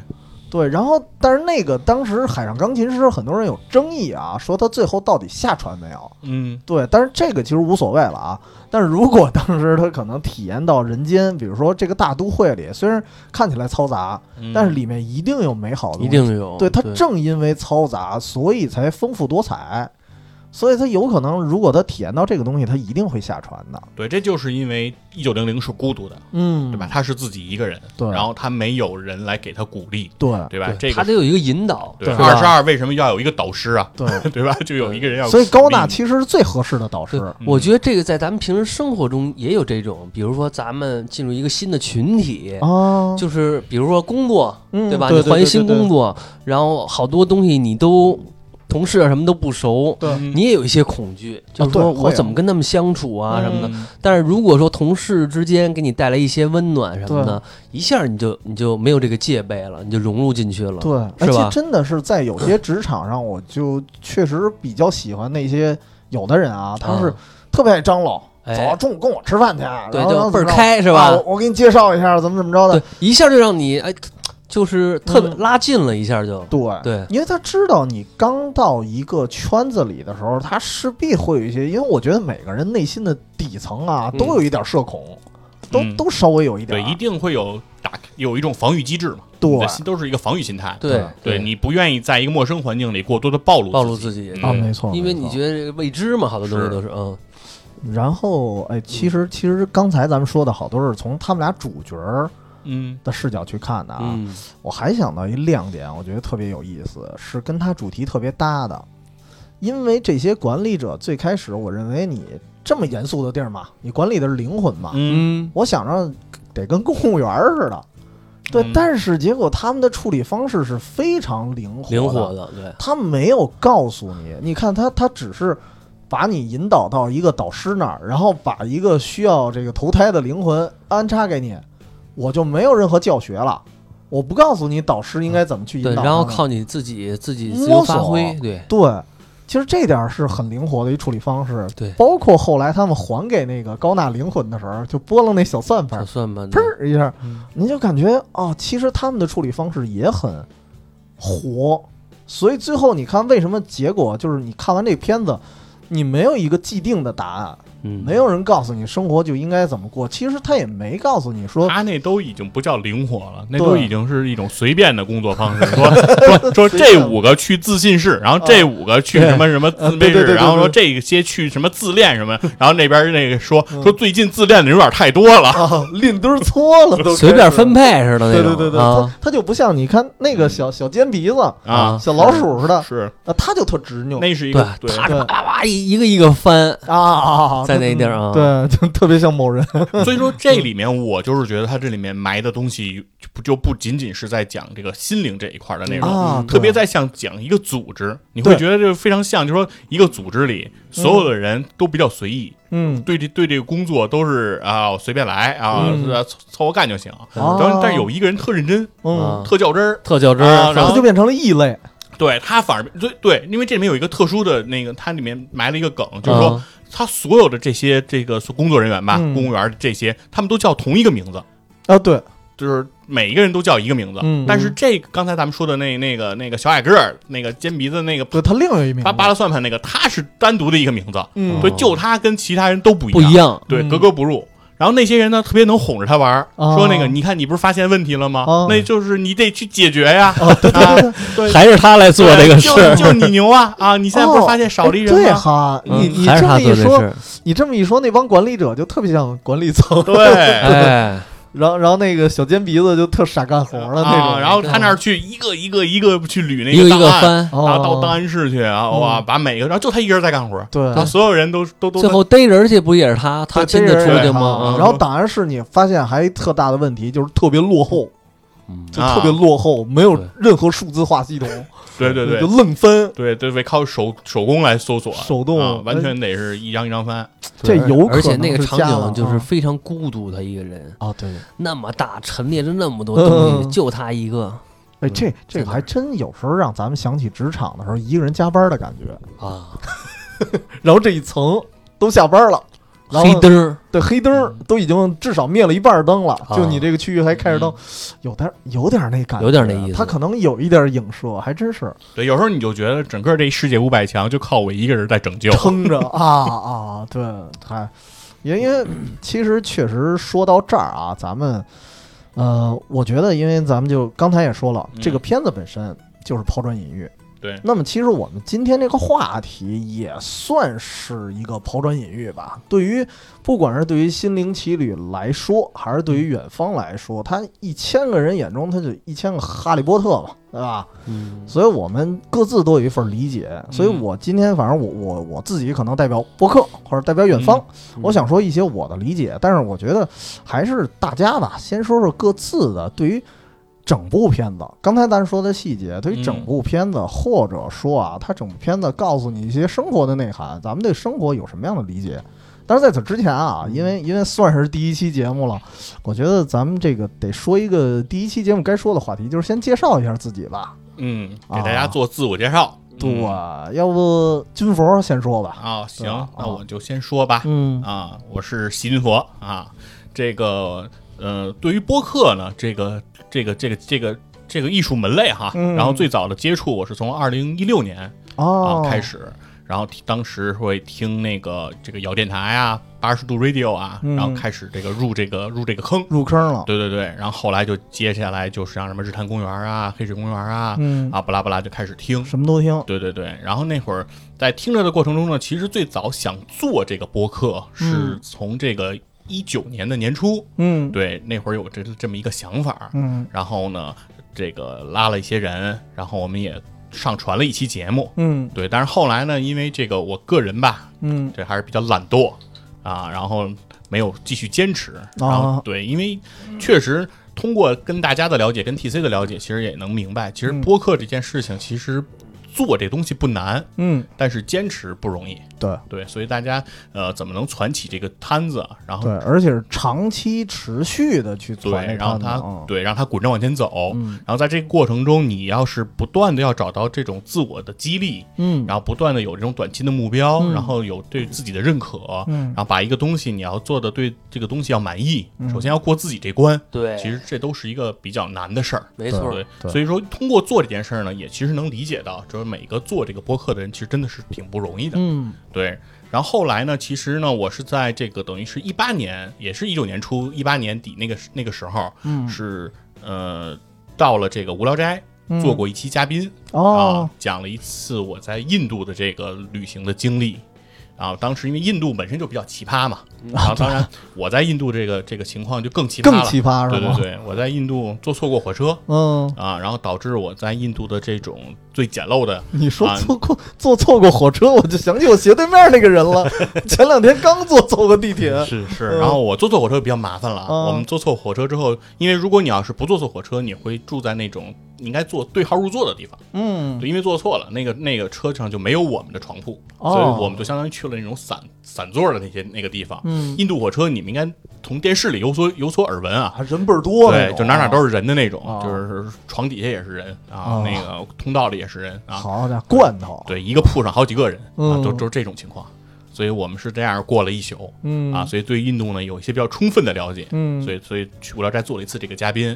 对，然后但是那个当时《海上钢琴师》很多人有争议啊，说他最后到底下船没有？嗯对，但是这个其实无所谓了啊。但是如果当时他可能体验到人间，比如说这个大都会里，虽然看起来嘈杂，嗯，但是里面一定有美好的东一西。定有。对，它正因为嘈杂，所以才丰富多彩。所以他有可能，如果他体验到这个东西，他一定会下船的。对，这就是因为一九零零是孤独的，嗯，对吧？？他是自己一个人，对然后他没有人来给他鼓励，对对吧？对这他个得有一个引导，对是二吧十二为什么要有一个导师啊？ 对，对吧？就有一个人要鼓励你，啊所以高娜其实是最合适的导师。嗯我觉得这个在咱们平时生活中也有这种，比如说咱们进入一个新的群体，啊，就是比如说工作，嗯对吧？对你换一对新对对工作，然后好多东西你都同事啊什么都不熟，对嗯你也有一些恐惧，就是啊对说会我有怎么跟他们相处啊什么的。嗯但是如果说同事之间给你带来一些温暖什么的，一下你就你就没有这个戒备了，你就融入进去了。对，而是吧且真的是在有些职场上，我就确实比较喜欢那些有的人啊，他是啊特别爱张罗，哎走，中午跟我吃饭去，啊对，然后就倍儿怎么着开是吧啊？我我给你介绍一下怎么怎么着对的，，一下就让你哎，就是特别嗯拉近了一下就。对对因为他知道你刚到一个圈子里的时候，他势必会有一些，因为我觉得每个人内心的底层啊，嗯都有一点社恐，都嗯都稍微有一点对，儿，一定会有打有一种防御机制嘛，啊对你的心都是一个防御心态，对对你不愿意在一个陌生环境里过多的暴露暴露自自己，啊，嗯没错，因为你没错觉得这个未知嘛，好多东西是都是嗯，然后哎，其实其实刚才咱们说的好多是从他们俩主角儿嗯的视角去看的啊，嗯，我还想到一亮点，我觉得特别有意思，是跟它主题特别搭的。因为这些管理者最开始，我认为你这么严肃的地儿嘛，你管理的是灵魂嘛，嗯，我想着得跟公务员儿似的，对。嗯但是结果他们的处理方式是非常灵活的，灵活的，对，他没有告诉你，你看他他只是把你引导到一个导师那儿，然后把一个需要这个投胎的灵魂安插给你，我就没有任何教学了，我不告诉你导师应该怎么去引对，导他们，然后靠你自己自己自由摸发索嗯挥，对，对。其实这点儿是很灵活的一处理方式，对包括后来他们还给那个高娜灵魂的时候，就拨了那小算盘小，算盘，砰儿一下嗯，你就感觉哦，其实他们的处理方式也很活，所以最后你看为什么结果就是你看完这片子，你没有一个既定的答案，嗯，没有人告诉你生活就应该怎么过。其实他也没告诉你啊说，他那都已经不叫灵活了，那嗯都对已经是一种随便的工作方式。 说说说这五个去自信室，然后这五个去什么什么自啊对卑对对室，对然后说对这些去什么自恋什么，然后那边那个说嗯说最近自恋的人有点太多了。啊，拎堆儿搓了都随便分配。配似的那对种对对对，啊嗯他他就不像你看那个小小尖鼻子、啊，小老鼠似的，是，啊，他就特执拗那是一个对啪对啪啪啪一一个一个翻，啊啊，啊在那地儿啊对，就特别像某人，所以说这里面我就是觉得他这里面埋的东西就不就不仅仅是在讲这个心灵这一块的内容，啊嗯特别对在像讲一个组织，你会对觉得这非常像，就说一个组织里所有的人都比较随意，嗯，对这对这个工作都是啊、随便来啊、嗯呃凑凑合干就行。哦然后但是有一个人特认真，嗯，啊特较真儿，特较真啊儿，然他后就变成了异类，对他反而对对，因为这里面有一个特殊的那个，它里面埋了一个梗，就是说啊他所有的这些这个工作人员吧，嗯公务员这些，他们都叫同一个名字。啊，对，就是每一个人都叫一个名字，嗯但是这个刚才咱们说的那那个那个小矮个儿、那个尖鼻子、那个对他另有一名扒扒拉算盘那个，他是单独的一个名字，嗯，嗯对，就他跟其他人都不一不一样，对，嗯格格不入。然后那些人呢，特别能哄着他玩儿，哦说那个你看你不是发现问题了吗？哦那就是你得去解决呀，啊，对对对对，对还是他来做这个事就儿，就你牛啊啊！你现在不是发现少了一人哦哎对吗？哈，嗯你你还是这么他做一这事说，儿，你这么一说，那帮管理者就特别像管理层，对。哎，然后然后那个小尖鼻子就特傻干活了那啊，种，然后他那儿去一个一个一个去捋那一个一档个案，翻，哦然后到档案室去啊，嗯哇，把每个，然后就他一个人在干活，对然后所有人都都都最后逮人去不也是他，他对亲自这人出也去好吗？啊然后档案室你发现还特大的问题就是特别落后，嗯啊就特别落后，没有对任何数字化系统，对对对就愣分。对对对，靠手手工来搜索，嗯手动哎啊完全得是一张一张翻。这对有而可且能那个是场加了景就是啊非常孤独，他一个人啊，对，那么大，陈列着那么多嗯东嗯西，嗯就他一个哎，这这在个哪还儿真有时候让咱们想起职场的时候，一个人加班的感觉。啊，然后这一层都下班了，然后黑灯儿，对黑灯嗯儿都已经至少灭了一半儿灯了，啊就你这个区域还开着灯，有点嗯有点那感觉，有点那意思他可能有一点影射，还真是对，有时候你就觉得整个这世界五百强就靠我一个人在拯救。撑 着啊啊，对，还因 因为其实确实说到这儿啊，咱们呃，我觉得因为咱们就刚才也说了，嗯这个片子本身就是抛砖引玉。对那么其实我们今天这个话题也算是一个抛砖引玉吧。对于不管是对于心灵奇旅来说，还是对于远方来说，他一千个人眼中他就一千个哈利波特嘛，对吧？嗯，所以我们各自都有一份理解。所以我今天反正我我我自己可能代表播客或者代表远方，嗯我想说一些我的理解，但是我觉得还是大家吧，先说说各自的对于。整部片子，刚才咱说的细节，对于嗯整部片子，或者说啊，它整部片子告诉你一些生活的内涵，咱们对生活有什么样的理解？但是在此之前啊，因嗯为因为算是第一期节目了，我觉得咱们这个得说一个第一期节目该说的话题，就是先介绍一下自己吧。嗯，啊给大家做自我介绍。对嗯，要不军佛先说吧。啊，行对吧，那啊我就先说吧。嗯啊，我是席云佛啊。这个呃，对于播客呢，这个这个这个这个这个艺术门类哈，嗯然后最早的接触我是从二零一六年哦啊，开始，然后听当时会听那个这个摇电台啊，八十度 radio 啊，嗯然后开始这个入这个入这个坑，入坑了。对对对，然后后来就接下来就是像什么日坛公园啊、黑水公园啊，嗯，啊不拉不拉就开始听，什么都听。对对对，然后那会儿在听着的过程中呢，其实最早想做这个播客是嗯从这个一九年的年初，嗯对，那会儿有这这么一个想法，嗯然后呢，这个拉了一些人，然后我们也上传了一期节目，嗯对，但是后来呢，因为这个我个人吧，嗯这还是比较懒惰啊，然后没有继续坚持。然啊后对，因为确实通过跟大家的了解，跟 TC 的了解，其实也能明白，其实嗯播客这件事情，其实做这东西不难，嗯，但是坚持不容易。对对，所以大家呃，怎么能攒起这个摊子啊，然后对，而且是长期持续的去对做，那然后摊它子。啊对，让它滚着往前走。嗯然后在这个过程中，你要是不断的要找到这种自我的激励，嗯然后不断的有这种短期的目标，嗯然后有对自己的认可，嗯然后把一个东西你要做的对这个东西要满意，嗯首先要过自己这关。对，其实这都是一个比较难的事儿，没错对儿，对所以说通过做这件事儿呢，也其实能理解到，就是每个做这个播客的人其实真的是挺不容易的，嗯对。然后后来呢，其实呢，我是在这个等于是一八年，也是一九年初、一八年底那个那个时候，嗯是呃到了这个无聊斋嗯做过一期嘉宾，哦啊，，讲了一次我在印度的这个旅行的经历。啊，当时因为印度本身就比较奇葩嘛，然后当然我在印度这个这个情况就更奇嗯葩更了，奇葩对是对吗？对，我在印度坐错过火车嗯，啊，然后导致我在印度的这种最简陋的你说啊坐过坐错过火车，我就想起我斜对面那个人 了。前两天刚坐错过地铁，是嗯是，然后我坐错火车比较麻烦了啊。嗯我们坐错火车之后，因为如果你要是不坐错火车，你会住在那种应该坐对号入座的地方，嗯，对，因为坐错了，那个那个车上就没有我们的床铺，哦所以我们就相当于去了那种散散座的那些那个地方。嗯，印度火车你们应该从电视里有所有所耳闻啊。啊人倍儿多那对，种，就哪哪都是人的那种，哦就是床底下也是人啊，哦那个通道里也是人啊，好家伙，罐头，对，一个铺上好几个人啊嗯，都都是这种情况，所以我们是这样过了一宿嗯啊，，所以对印度呢有一些比较充分的了解，嗯，所以所以去无聊斋做了一次这个嘉宾，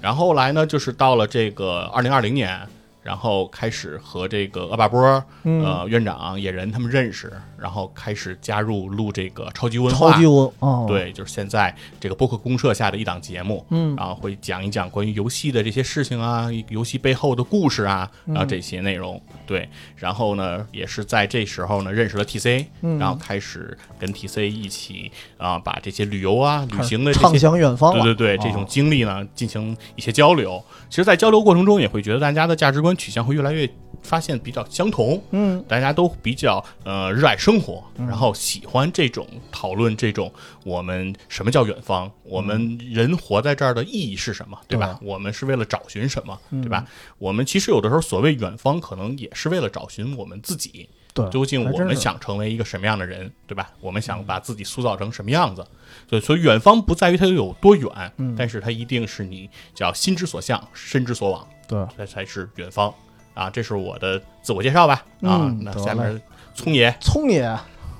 然后后来呢就是到了这个二零二零年，然后开始和这个恶霸波嗯，呃院长野人他们认识，然后开始加入录这个超级文超化级，文哦，，对，就是现在这个播客公社下的一档节目，嗯然后会讲一讲关于游戏的这些事情啊，游戏背后的故事啊，嗯然后这些内容。对，然后呢，也是在这时候呢认识了 TC，、嗯然后开始跟 TC 一起啊，把这些旅游啊、旅行的这畅些。想远方了，对对对，这哦种经历呢，进行一些交流。其实，在交流过程中，也会觉得大家的价值观取向会越来越发现比较相同。嗯大家都比较呃热爱生活，然后喜欢这种讨论这种我们什么叫远方，我们人活在这儿的意义是什么，对吧？我们是为了找寻什么，嗯对吧？我们其实有的时候所谓远方，可能也是为了找寻我们自己，对，究竟还我真们是嗯想成为一个什么样的人，对吧？我们想把自己塑造成什么样子？对，所以远方不在于它有多远，嗯但是它一定是你叫心之所向，身之所往。对，这才是远方啊！这是我的自我介绍吧啊。嗯那得下嘞面聪爷，聪爷，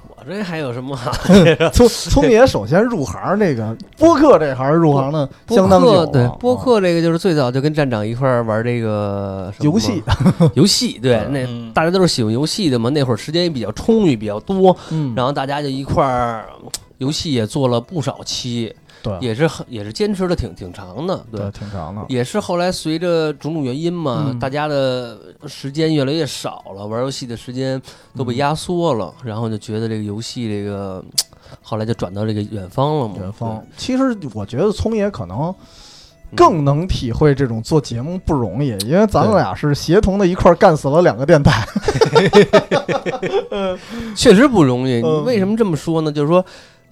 我这还有什么？ 聪聪爷首先入行这个播客这行入行的相当久播了，客对啊播客这个就是最早就跟站长一块儿玩这个什么游戏，游戏对，那嗯大家都是喜欢游戏的嘛，那会儿时间也比较充裕，比较多，嗯，然后大家就一块儿。游戏也做了不少期，对也是很也是坚持了挺挺长的，对，对，挺长的，也是后来随着种种原因嘛，嗯大家的时间越来越少了，玩游戏的时间都嗯被压缩了，然后就觉得这个游戏这个，后来就转到这个远方了嘛。远方。其实我觉得聪爷可能更能体会这种做节目不容易，因为咱们俩是协同的一块儿干死了两个电台。 对确实不容易。你嗯为什么这么说呢？就是说。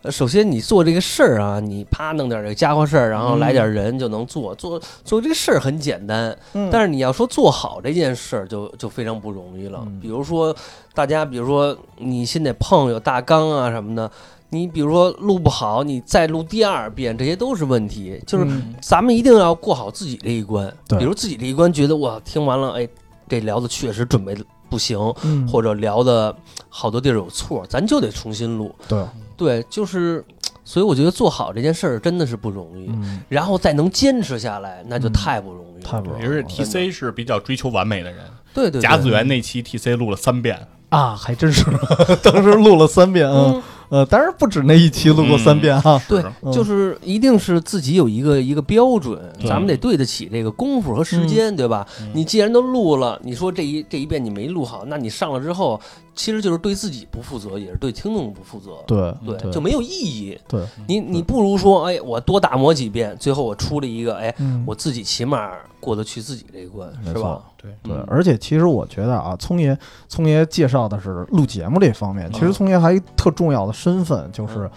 呃首先，你做这个事儿啊，你啪弄点这个家伙事儿，然后来点人就能做。做做这个事儿很简单，嗯但是是你要说做好这件事儿，就就非常不容易了。嗯比如说，大家，比如说你先得碰有大纲啊什么的，你比如说录不好，你再录第二遍，这些都是问题。就是嗯咱们一定要过好自己这一关。对比如自己这一关，觉得哇，听完了，哎，这聊的确实准备的不行，嗯或者聊的好多地儿有错，咱就得重新录。对，对，就是，所以我觉得做好这件事儿真的是不容易。嗯，然后再能坚持下来，那就嗯太不容易了。太不容易也是了 TC 是比较追求完美的人。对对对，甲子园那期 TC 录了三遍，啊，还真是， 当时录了三遍啊，嗯，呃，当然不止那一期录过三遍啊，对是，嗯就是一定是自己有一个一个标准，对咱们得对得起这个功夫和时嗯间，对吧？你既然都录了，你说这一这一遍你没录好，那你上了之后，其实就是对自己不负责，也是对听众不负责。对对，嗯对就没有意义。对，你你不如说，哎，我多打磨几遍，最后我出了一个，哎，嗯我自己起码过得去自己这一关，没是错吧？对对嗯，而且其实我觉得啊，聪爷聪爷介绍的是录节目这方面，其实嗯聪爷还有一特重要的身份就是，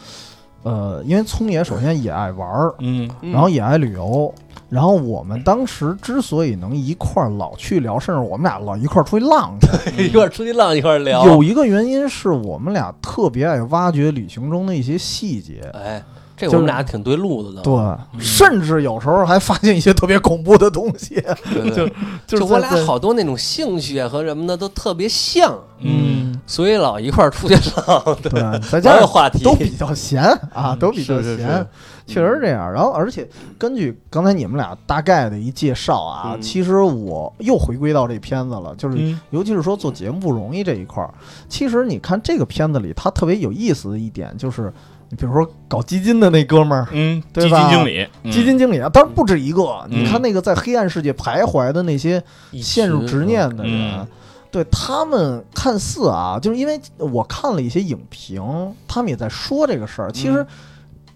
呃，因为聪爷首先也爱玩儿，嗯，嗯然后也爱旅游，然后我们当时之所以能一块儿老去聊，甚至我们俩老一块儿出去浪去，一块儿出去浪，一块儿聊。有一个原因是我们俩特别爱挖掘旅行中的一些细节，哎，这我们俩挺对路子的。对，甚至有时候还发现一些特别恐怖的东西，对对就对就是就我在俩，好多那种兴趣啊和什么的都特别像，嗯，所以老一块儿出去 浪，在对，再加老有上话题。嗯都比较闲啊，都比较嗯是是是闲，确实是这样。然后，而且根据刚才你们俩大概的一介绍啊，嗯其实我又回归到这片子了，就是嗯尤其是说做节目不容易这一块儿，其实你看这个片子里，它特别有意思的一点就是，你比如说搞基金的那哥们儿，嗯，对基金吧经理，嗯基金经理啊，当然不止一个。嗯你看那个在黑暗世界徘徊的那些一陷入执群念的人，嗯对他们看似啊，就是因为我看了一些影评，他们也在说这个事儿。其实嗯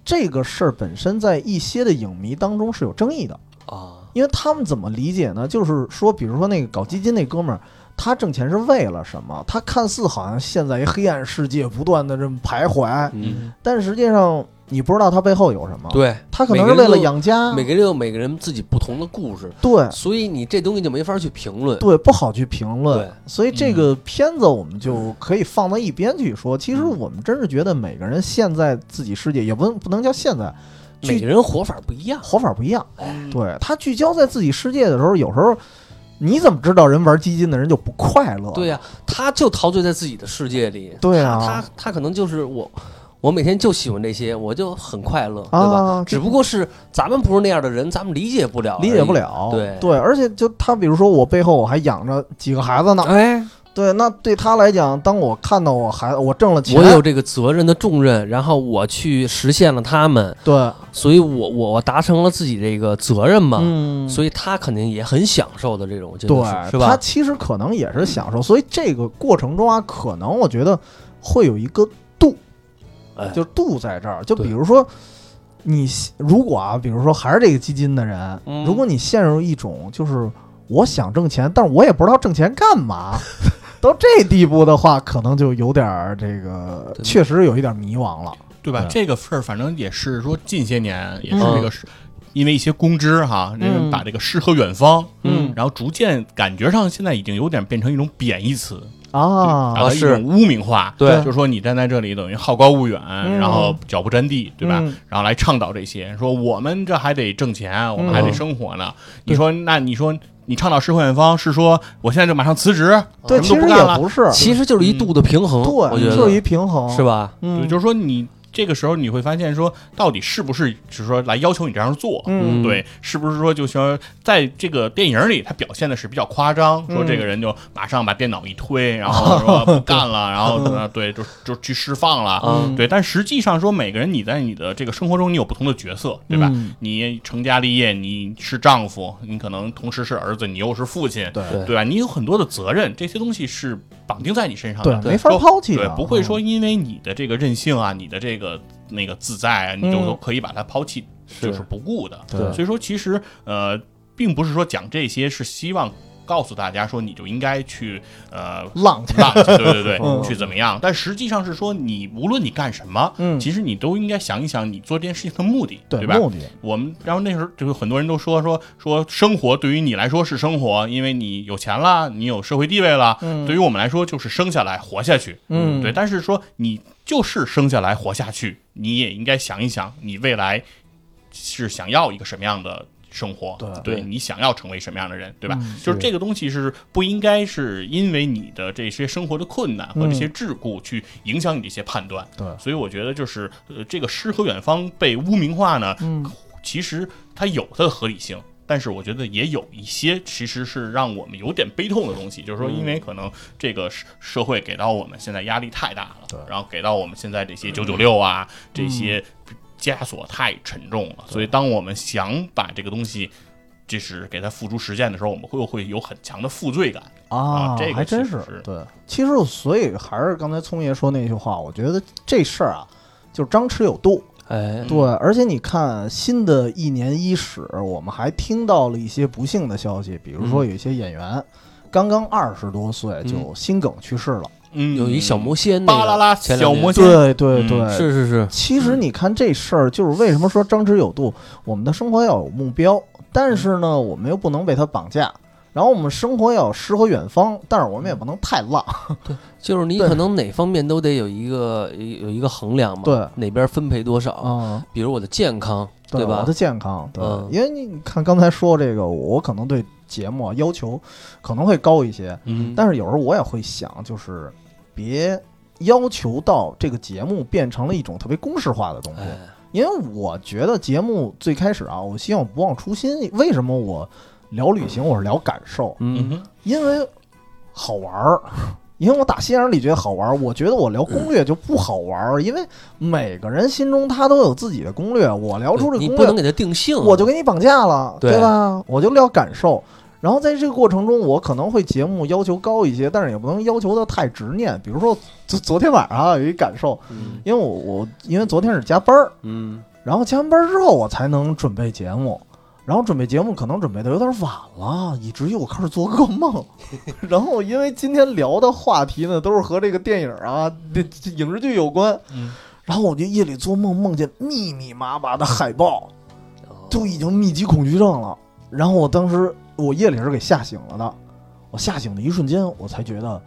这个事儿本身在一些的影迷当中是有争议的，啊，因为他们怎么理解呢？就是说，比如说那个搞基金那哥们儿，他挣钱是为了什么？他看似好像陷在一黑暗世界，不断的这么徘徊，嗯，但实际上你不知道他背后有什么。对，他可能是为了养家，每个人有每个人自己不同的故事，对所以你这东西就没法去评论。对，不好去评论对。嗯所以这个片子我们就可以放到一边去说。其实嗯我们真是觉得每个人现在自己世界，也不能不能叫现在，每个聚人哎活法不一样，活法不一样。嗯对他聚焦在自己世界的时候，有时候你怎么知道人玩基金的人就不快乐？对呀、他就陶醉在自己的世界里。对啊他他他可能就是我，我每天就喜欢这些，我就很快乐，对吧？啊，只不过是咱们不是那样的人，咱们理解不了，理解不。了。对而且就他，比如说我背后我还养着几个孩子呢。哎，对，那对他来讲，当我看到我孩我挣了钱，我有这个责任的重任，然后我去实现了他们，对，所以我我我达成了自己这个责任嘛，嗯，所以他肯定也很享受的这种，我觉得对，是是他吧？其实可能也是享受，所以这个过程中啊，可能我觉得会有一个度，哎就是度在这儿。就对比如说，你如果啊，比如说还是这个基金的人，嗯如果你陷入一种就是我想挣钱，但是我也不知道挣钱干 嘛。到这地步的话，可能就有点儿这个，对确实有一点迷茫了。对吧？对这个事儿反正也是说近些年也是嗯这个是，因为一些公知哈，人们把这个诗和远方，嗯然后逐渐感觉上现在已经有点变成一种贬义词啊把，它一是种污名化，对就是说你站在这里等于好高骛远，然后脚不沾地，对吧？嗯然后来倡导这些，说我们这还得挣钱，我们还得生活呢。你说那你说你倡导诗和远方是说我现在就马上辞职，对，什其么实都不干也了，不是，其实就是一度的平衡，我嗯觉对，得就是一平衡，是？吧？对，嗯，就是说你这个时候你会发现说到底是不是就是说来要求你这样做，嗯嗯对，是不是说就说在这个电影里，他表现的是比较夸张，说嗯这个人就马上把电脑一推，然后哦说不干了，然后呢，对，就就去释放了。啊，嗯对，但实际上说，每个人你在你的这个生活中，你有不同的角色，对吧？嗯你成家立业，你是丈夫，你可能同时是儿子，你又是父亲，对对对吧？你有很多的责任，这些东西是绑定在你身上对的，，没法说抛弃对的，，嗯不会说因为你的这个任性啊，你的这个那个自在啊，你就嗯可以把它抛弃，是就是不顾的。对所以说其实呃，并不是说讲这些是希望告诉大家说你就应该去 呃。浪去浪，对对对，嗯去怎么样？但实际上是说，你无论你干什么，嗯其实你都应该想一想你做这件事情的目的，对吧？目的，我们然后那时候就是很多人都说说说生活对于你来说是生活，因为你有钱了，你有社会地位了。嗯对于我们来说就是生下来活下去，嗯对。但是说你就是生下来活下去，你也应该想一想你未来是想要一个什么样的。生活，对对你想要成为什么样的人，对吧？嗯就是这个东西是不应该是因为你的这些生活的困难和这些桎梏去影响你这些判断。嗯对所以我觉得就是呃，这个诗和远方被污名化呢，嗯其实它有它的合理性，但是我觉得也有一些其实是让我们有点悲痛的东西，就是说，因为可能这个社社会给到我们现在压力太大了，对然后给到我们现在这些九九六啊、这些枷锁太沉重了，所以当我们想把这个东西。就是给它付诸实践的时候，我们会会有很强的负罪感。啊这个还真其实是是对。其实所以还是刚才聪爷说那句话，我觉得这事儿啊，就是张弛有度。嗯哎，对，而且你看新的一年伊始，我们还听到了一些不幸的消息，比如嗯说有一些演员刚刚二十多岁就心梗去世了。嗯，有一小魔仙那个，巴啦啦前两小年魔仙，对对嗯对，是是是，其实你看这事儿，就是为什么说张弛有度，我们的生活要有目标，但是呢，我们又不能被它绑架。然后我们生活要有诗和远方，但是我们也不能太浪。就是你对可能哪方面都得有一个有一个衡量嘛，对，哪边分配多少，嗯，比如我的健康，对吧我的？健康，对，嗯因为你你看刚才说这个，我可能对节目啊要求可能会高一些，嗯但是有时候我也会想，就是别要求到这个节目变成了一种特别公式化的东西。哎，因为我觉得节目最开始啊，我希望不忘初心。为什么我聊旅行，我是聊感受？嗯，哼因为好玩儿， 因为我打心眼儿里觉得好玩儿。我觉得我聊攻略就不好玩儿，因为每个人心中他都有自己的攻略。我聊出这你个不攻能略，给它定性，啊我就给你绑架了，嗯对对吧？我就聊感受。然后在这个过程中，我可能会节目要求高一些，但是也不能要求的太执念。比如说，昨昨天晚上啊，有一感受，嗯因为我我因为昨天是加班儿，嗯然后加完班儿之后我才能准备节目，然后准备节目可能准备的有点晚了，以至于我开始做噩 梦。然后因为今天聊的话题呢，都是和这个电影啊、嗯这这影视剧有关，嗯然后我就夜里做梦，梦见密密麻麻的海报，就哦已经密集恐惧症了。然后我当时我夜里是给吓醒了的，我吓醒的一瞬间，我才觉得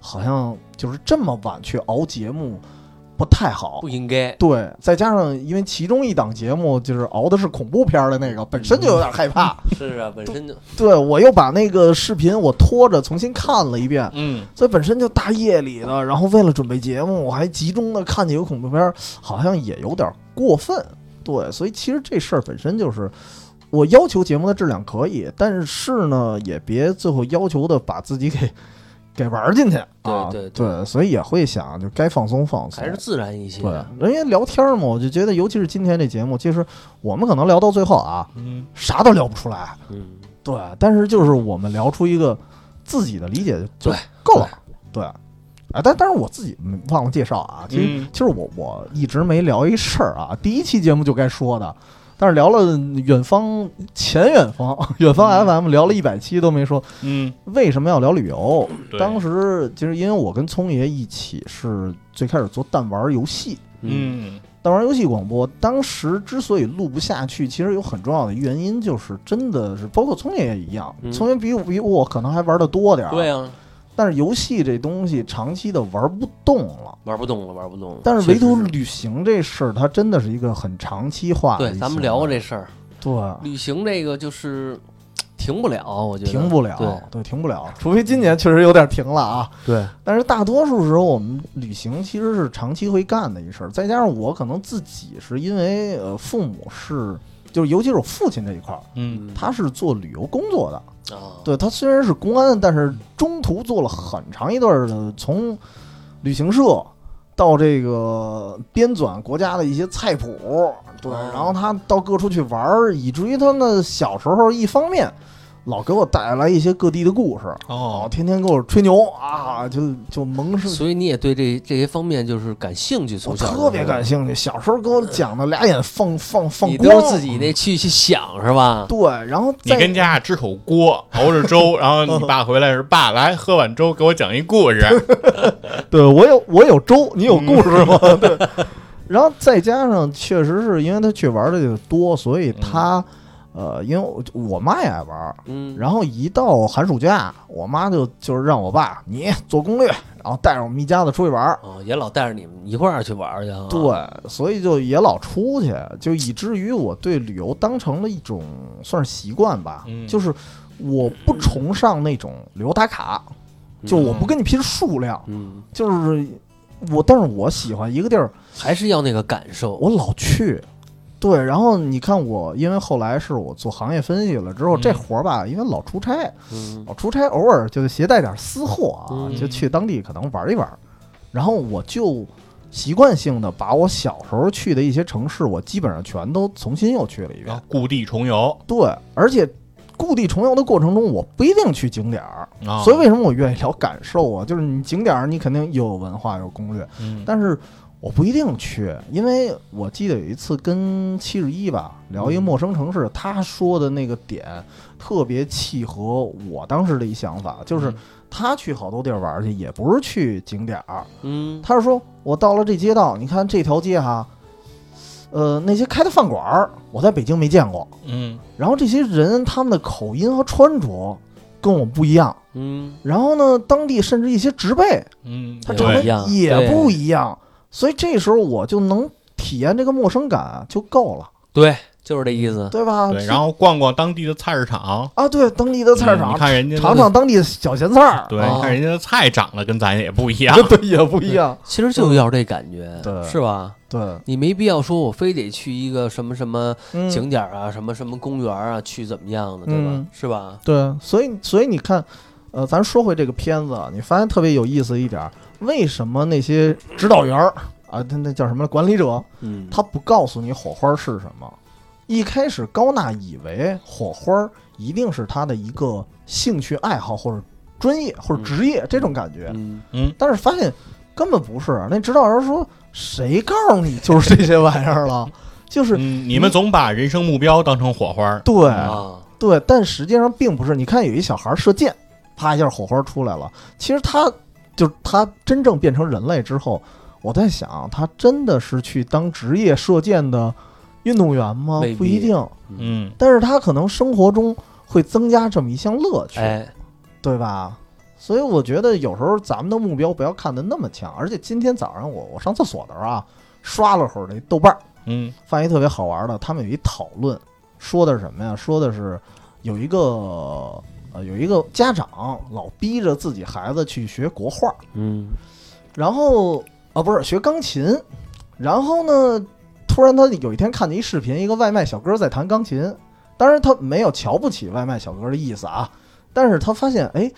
好像就是这么晚去熬节目不太好不。应该，对，再加上因为其中一档节目就是熬的是恐怖片儿的那个，本身就有点害怕。是啊，本身就对我又把那个视频我拖着重新看了一遍，嗯，所以本身就大夜里的，然后为了准备节目，我还集中的看几个恐怖片儿，好像也有点过分。对，所以其实这事儿本身就是。我要求节目的质量可以，但是呢，也别最后要求的把自己给给玩儿进去啊。对对对对，所以也会想，就该放松放松，还是自然一些，嗯对，人家聊天嘛，我就觉得，尤其是今天这节目，其实我们可能聊到最后啊，嗯啥都聊不出来，嗯，对，但是就是我们聊出一个自己的理解就对够了，对。啊，但但是我自己嗯忘了介绍啊，其实、嗯其实我我一直没聊一事儿啊，第一期节目就该说的，但是聊了远方前远方 远方 FM 聊了一百期都没说嗯，为什么要聊旅游。对当时其实因为我跟聪爷一起是最开始做弹丸儿游戏，嗯但玩游戏广播当时之所以录不下去，其实有很重要的原因，就是真的是包括聪爷也一样嗯，聪爷比我比我可能还玩的多点儿，对啊，但是游戏这东西长期的玩不动了，玩不动了，玩不动了。但是唯独确实是旅行这事儿，它真的是一个很长期化的一啊对，项。咱们聊过这事儿，对，旅行这个就是停不了，我觉得停不了，对对，停不了，除非今年确实有点停了啊。对，但是大多数时候，我们旅行其实是长期会干的一事儿。再加上我可能自己是因为呃父母是，就是尤其是我父亲这一块儿，嗯嗯，他是做旅游工作的。啊，对他虽然是公安，但是中途做了很长一段儿的从旅行社到这个编纂国家的一些菜谱，对，哦然后他到各处去玩儿，以至于他呢小时候一方面老给我带来一些各地的故事，哦老，天天给我吹牛啊，就就萌生所以你也对这这些方面就是感兴趣，我从小特别感兴兴趣，小时候给我讲的俩眼放放放你光，嗯都自己那去去想是吧？对，然后你再跟家支口锅熬着粥，然后你爸回来是爸来喝碗粥，给我讲一故事。对我有我有粥，你有故事吗？ 对，然后再加上确实是因为他去玩的就多，所以他、呃，因为我我妈也爱玩儿，嗯，然后一到寒暑假，我妈就就是让我爸你做攻略，然后带着我们一家子出去玩儿。哦，也老带着你们一块儿去玩儿去啊。对，所以就也老出去，就以至于我对旅游当成了一种算是习惯吧，嗯就是我不崇尚那种旅游打卡，就我不跟你拼数量，嗯，就是我，但是我喜欢一个地儿，还是要那个感受。我老去。对，然后你看我，因为后来是我做行业分析了之后，嗯这活儿吧，因为老出差，嗯老出差，偶尔就携带点私货啊，嗯就去当地可能玩一玩。然后我就习惯性的把我小时候去的一些城市，我基本上全都重新又去了一遍然。后故地重游，对，而且故地重游的过程中，我不一定去景点儿，啊所以为什么我愿意聊感受啊？就是你景点儿，你肯定又有文化，又有攻略，嗯但是我不一定去，因为我记得有一次跟七十一吧聊一个陌生城市，他说的那个点特别契合我当时的一想法，就是嗯他去好多地儿玩儿去，也不是去景点儿，嗯他是说我到了这街道，你看这条街哈，呃，那些开的饭馆儿，我在北京没见过，嗯然后这些人他们的口音和穿着。跟我不一样。嗯，然后呢，当地甚至一些植被，嗯，它长得对对不一样也对不一样，所以这时候我就能体验这个陌生感就够了，对，就是这意思。对吧？对，然后逛逛当地的菜市场，啊，对，当地的菜市嗯场你，看人家的尝尝当地的小咸菜儿，对，啊你看人家的菜长得跟咱也 不一样，对，也不一样，其实就要这感觉，对是吧？对，你没必要说我非得去一个什么什么嗯景点啊，什么什么公园啊，去怎么样的，对吧嗯？是吧？对，所以所以你看，呃，咱说回这个片子，啊，你发现特别有意思一点儿，为什么那些指导员儿啊，那那叫什么管理者，嗯，他不告诉你火花是什么？一开始高娜以为火花一定是他的一个兴趣爱好或者专业或者职业这种感觉，嗯，但是发现根本不是。那指导员说：“谁告诉你就是这些玩意儿了？就是嗯，你们总把人生目标当成火花儿，对啊，对，但实际上并不是。你看有一小孩射箭，啪一下火花出来了。其实他就是他真正变成人类之后，我在想，他真的是去当职业射箭的运动员吗未？不一必定。”嗯，但是他可能生活中会增加这么一项乐趣，哎，对吧？所以我觉得有时候咱们的目标不要看得那么强。而且今天早上我我上厕所的时候啊，刷了会儿那豆瓣儿，嗯发现一特别好玩的，他们有一讨论，说的是什么呀？说的是有一个呃有一个家长老逼着自己孩子去学国画，嗯，然后啊不是学钢琴，然后呢，突然他有一天看见一视频，一个外卖小哥在弹钢琴，当然他没有瞧不起外卖小哥的意思啊，但是他发现哎，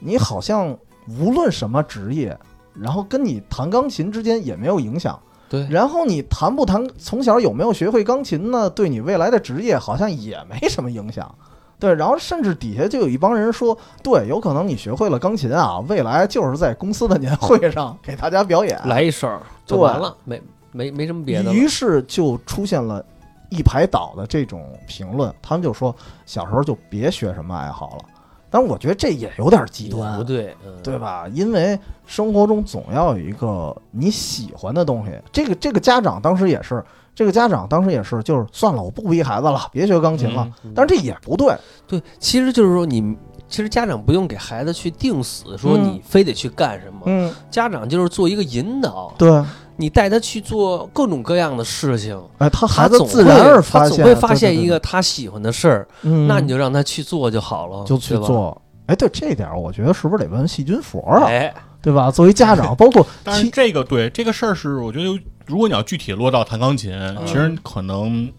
你好像无论什么职业，然后跟你弹钢琴之间也没有影响。对，然后你弹不弹，从小有没有学会钢琴呢？对你未来的职业好像也没什么影响。对，然后甚至底下就有一帮人说，对，有可能你学会了钢琴啊，未来就是在公司的年会上给大家表演。来一首儿就对完了，没没没什么别的了。于是就出现了一排倒的这种评论，他们就说小时候就别学什么爱好了。但是我觉得这也有点极端，啊不对，嗯对吧？因为生活中总要有一个你喜欢的东西。这个这个家长当时也是，这个家长当时也是，就是算了，我不逼孩子了，别学钢琴了。嗯但是这也不对，对，其实就是说你，其实家长不用给孩子去定死，说嗯你非得去干什么，嗯，家长就是做一个引导，对，你带他去做各种各样的事情。哎，他他孩子总自然会而他发总现，会发对现一个，他喜欢的事儿，对对嗯那你就让他去做就好了，就去对吧。做。哎，对这点儿，我觉得是不是得问细菌佛啊？哎，对吧？作为家 长，包括但是其这个对这个事儿是，我觉得如果你要具体落到弹钢琴，嗯其实可能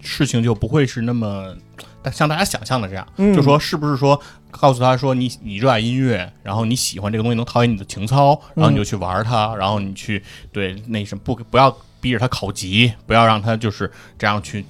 事情就不会是那么像大家想象的这样，嗯就说是不是说告诉他说你你热爱音乐，然后你喜欢这个东西能陶冶你的情操，嗯然后你就去玩它，然后你去对那什么不不要逼着他考级，不要让他就是这样去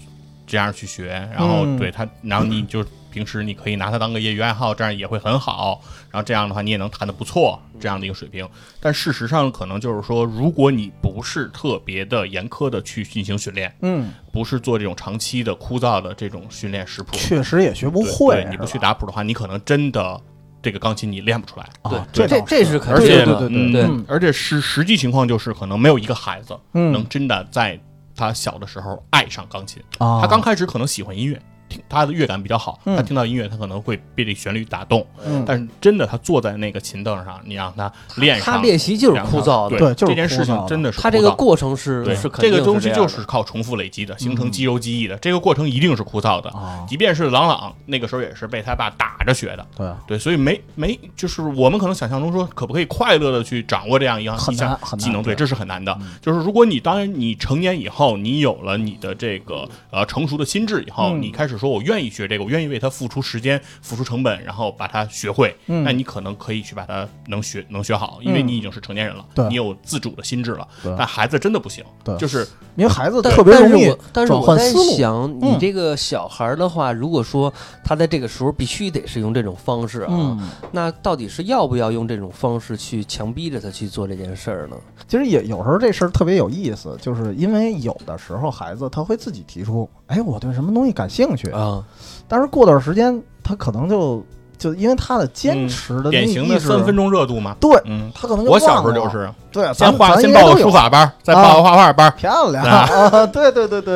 这样去学，然后嗯对他，然后你就。平时你可以拿它当个业余爱好，这样也会很好。然后这样的话，你也能弹得不错，这样的一个水平。但事实上，可能就是说，如果你不是特别的严苛的去进行训练，嗯，不是做这种长期的枯燥的这种训练食谱，确实也学不对会啊对，你是不去吧打谱的话，你可能真的这个钢琴你练不出来。对啊，这这倒这是肯而定且，的，对嗯对嗯而且实实际情况就是，可能没有一个孩子嗯能真的在他小的时候爱上钢琴。啊，他刚开始可能喜欢音乐，听他的乐感比较好，嗯他听到音乐他可能会被这旋律打动，嗯但是真的他坐在那个琴凳上，你让他练他上，练习就是枯燥的，对就是这件枯事燥情的真的是他这枯个燥的过程是对是肯定这个东西样就的嗯是靠重复累积的，形成肌肉记忆的，这个过程一定是枯燥的。哦啊，即便是朗朗那个时候也是被他爸打着学的，对，对，所以没没就是我们可能想象中说，可不可以快乐的去掌握这样一样很一难项很难技能？对，对嗯这是很难的。就是如果你当然你成年以后，你有了你的这个呃成熟的心智以后，嗯你开始说我愿意学这个，我愿意为它付出时间、付出成本，然后把它学会，嗯那你可能可以去把它能学能学好，因为嗯你已经是成年人了，对你有自主的心智了对。但孩子真的不行，对就是因为孩子但特别容易但是转我但换是思我路在想，你嗯这个小孩儿的话，如果说他在这个时候必须得是用这种方式啊，嗯，那到底是要不要用这种方式去强逼着他去做这件事儿呢？其实也有时候这事儿特别有意思，就是因为有的时候孩子他会自己提出，哎，我对什么东西感兴趣，啊，但是过段时间他可能就就因为他的坚持的那典型的意识嗯三分，钟热度嘛。对嗯，他可能就我小时候忘了就是对，先咱画，咱先应该报都个有啊 书法班儿，再报个画画班儿。漂亮啊啊， 对对对对，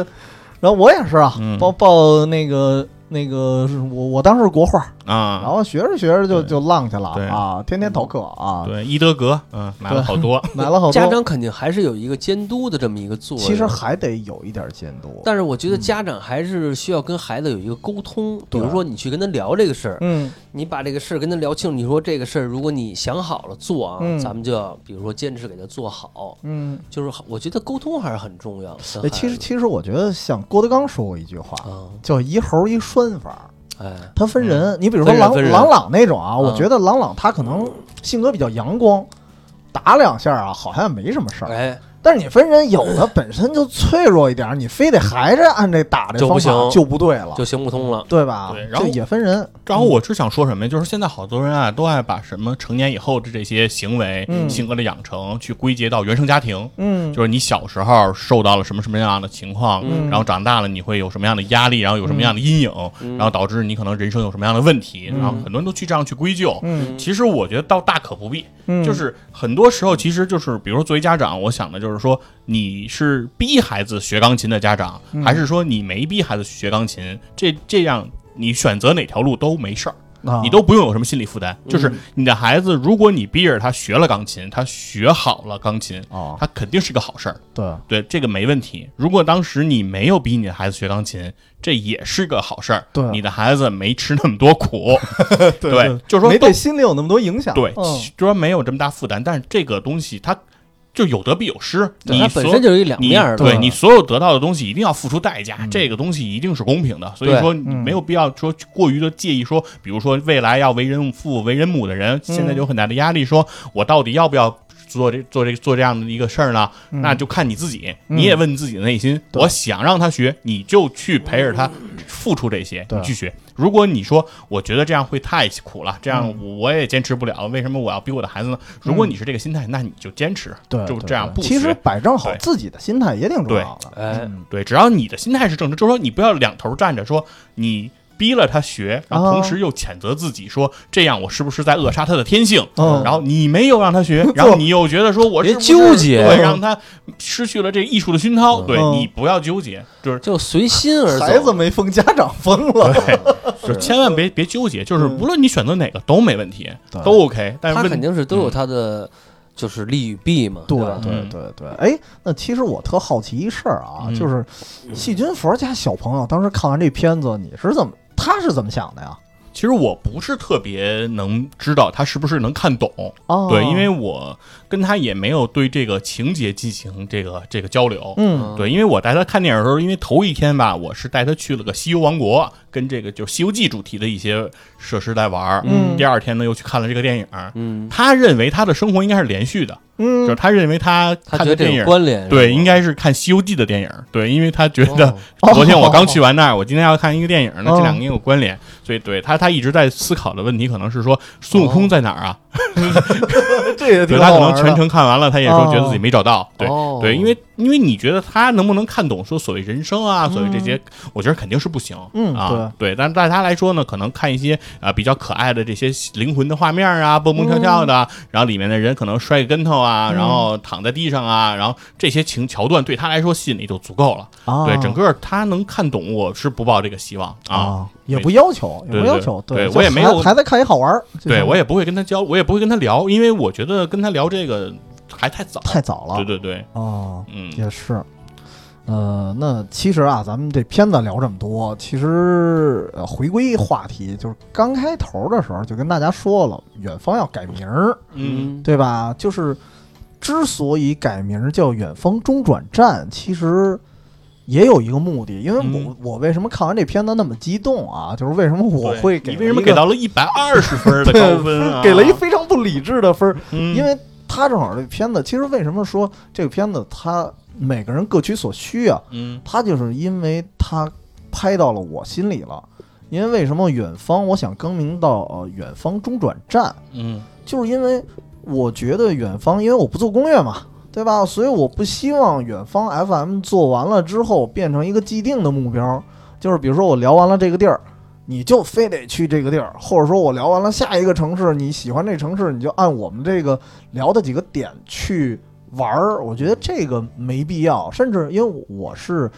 然后我也是啊，嗯报报那个那个是我我当时是国画，啊，然后学着学着就对就浪去了对嗯啊，天天逃课啊，对伊德格，嗯，买了好多，买了好家多。长肯定还是有一个监督的这么一个作用。其实还得有一点监督，但是我觉得家长还是需要跟孩子有一个沟通，比对啊如说你去跟他聊这个事儿，嗯，你把这个事儿跟他聊清楚。你说这个事儿，如果你想好了做啊，嗯咱们就要比如说坚持给他做好。嗯，就是我觉得沟通还是很重要。跟哎，孩其实子其实我觉得像郭德纲说过一句话，啊，叫一猴一栓法，哎，他分人。你比如说分人郎分人郎朗那种啊，我嗯觉得郎朗他可能性格比较阳光，打两下啊好像没什么事儿。哎，但是你分人，有的本身就脆弱一点，你非得还是按这打这就方不法行就不对了就，行不通了。对吧对？然这后也分人， 然后我是想说什么呀？就是现在好多人啊，都爱把什么成年以后的这些行为、嗯性格的养成，去归结到原生家庭。嗯，就是你小时候受到了什么什么样的情况，嗯然后长大了你会有什么样的压力，然后有什么样的阴影，嗯然后导致你可能人生有什么样的问题，然后很多人都去这样去归咎。嗯其实我觉得倒大可不必，嗯就是很多时候，其实就是比如说作为家长，我想的就是说，你是逼孩子学钢琴的家长，嗯还是说你没逼孩子学钢琴？这这样你选择哪条路都没事儿，啊嗯你都不用有什么心理负担。就是你的孩子，如果你逼着他学了钢琴，他学好了钢琴，哦，他肯定是个好事儿。对，对，这个没问题。如果当时你没有逼你的孩子学钢琴，这也是个好事儿。对啊你的孩子没吃那么多苦，对对就是说没都对心里有那么多影响，对，嗯虽然没有这么大负担，但是这个东西它就有得必有失。对你它所本身就是一两你面儿的。对对你所有得到的东西一定要付出代价，这个东西一定是公平的。所以对说，你嗯没有必要说过于的介意说，比如说未来要为人父、为人母的人，现嗯在就有很大的压力，说我到底要不要？做这做这做这样的一个事儿呢，那就看你自己，你也问自己的内心。嗯对我想让他学，你就去陪着他，付出这些，对你去学。如果你说我觉得这样会太苦了，这样嗯我也坚持不了，为什么我要逼我的孩子呢？如果你是这个心态，那你就坚持，对，就对这样对不其实学摆正好对自己的心态也挺重对要的，嗯哎，对，只要你的心态是正直，就是说你不要两头站着，说你逼了他学，然后同哦时又谴责自己，说这样我是不是在扼杀他的天性？嗯然后你没有让他学，然后你又觉得说我是不是别纠结对，让他失去了这艺术的熏陶。对嗯你不要纠结， 就是就随心而走。孩子没疯，家长疯了， 就是千万别别纠结，就是嗯无论你选择哪个都没问题， 对都 OK。但是他哎问肯定是都有他的就是利与弊嘛，对吧？对嗯对对，哎，那其实我特好奇一事儿啊，嗯就是细菌佛家小朋友当时看完这片子，你是怎么，他是怎么想的呀？其实我不是特别能知道他是不是能看懂，哦，对，因为我跟他也没有对这个情节进行这个这个交流。嗯对，因为我带他看电影的时候，因为头一天吧，我是带他去了个西游王国，跟这个就是《西游记》主题的一些设施在玩儿。嗯第二天呢，又去看了这个电影。嗯，他认为他的生活应该是连续的，就嗯是，他认为他看他的觉得电这影有，关联，对，应该是看《西游记》的电影。对，因为他觉觉得哦 昨天我刚去完那儿，我今天要看一个电影呢，哦这两个也有关联，所以对他他一直在思考的问题可能是说孙悟哦空在哪儿啊？这也 对挺他好可玩能的全程看完了，他也说觉得自己没找到，对。哦对，因为因为你觉得他能不能看懂说所谓人生啊，所谓这些，我觉得肯定是不行。嗯啊，对，但是对他来说呢，可能看一些啊、比较可爱的这些灵魂的画面啊，蹦蹦跳跳的，嗯然后里面的人可能摔个跟头啊，然后躺在地上啊，然后这些情桥段对他来说吸引力就足够了。啊，对，整个他能看懂，我是不抱这个希望啊。啊也不要求，也对不要对求，对就我也没还有还在看一好玩儿，就对是我也不会跟他交，我也不会跟他聊，因为我觉得跟他聊这个还太早。太早了，对对对，哦，嗯，也是。呃，那其实啊，咱们这片子聊这么多，其实、呃、回归话题，就是刚开头的时候就跟大家说了，远方要改名儿，嗯，对吧？就是之所以改名儿叫远方中转站，其实也有一个目的，因为嗯我、我为什么看完这片子那么激动啊？就是为什么我对会给你为什么一给个到了一百二十分的高分啊？ 给了一非常不理智的分儿？嗯，因为他正好这片子，其实为什么说这个片子它每个人各取所需啊？嗯他就是因为他拍到了我心里了。因为为什么远方我想更名到呃远方中转站，嗯就是因为我觉得远方，因为我不做攻略嘛，对吧？所以我不希望远方 FM 做完了之后变成一个既定的目标，就是比如说我聊完了这个地儿，你就非得去这个地儿，或者说我聊完了下一个城市，你喜欢这城市，你就按我们这个聊的几个点去玩儿。我觉得这个没必要，甚至因为我是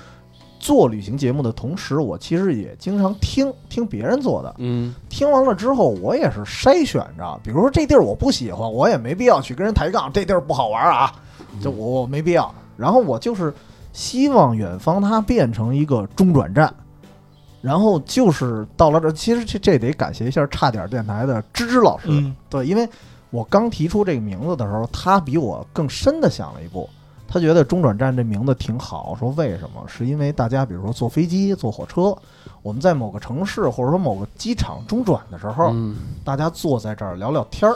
做旅行节目的同时，我其实也经常听听别人做的。嗯听完了之后，我也是筛选着，比如说这地儿我不喜欢，我也没必要去跟人抬杠，这地儿不好玩啊，这我我没必要。然后我就是希望远方它变成一个中转站，然后就是到了这，其实这这得感谢一下差点电台的芝芝老师，嗯对，因为我刚提出这个名字的时候，他比我更深的想了一步。他觉得“中转站”这名字挺好，说为什么？是因为大家比如说坐飞机、坐火车，我们在某个城市或者说某个机场中转的时候，嗯大家坐在这儿聊聊天儿，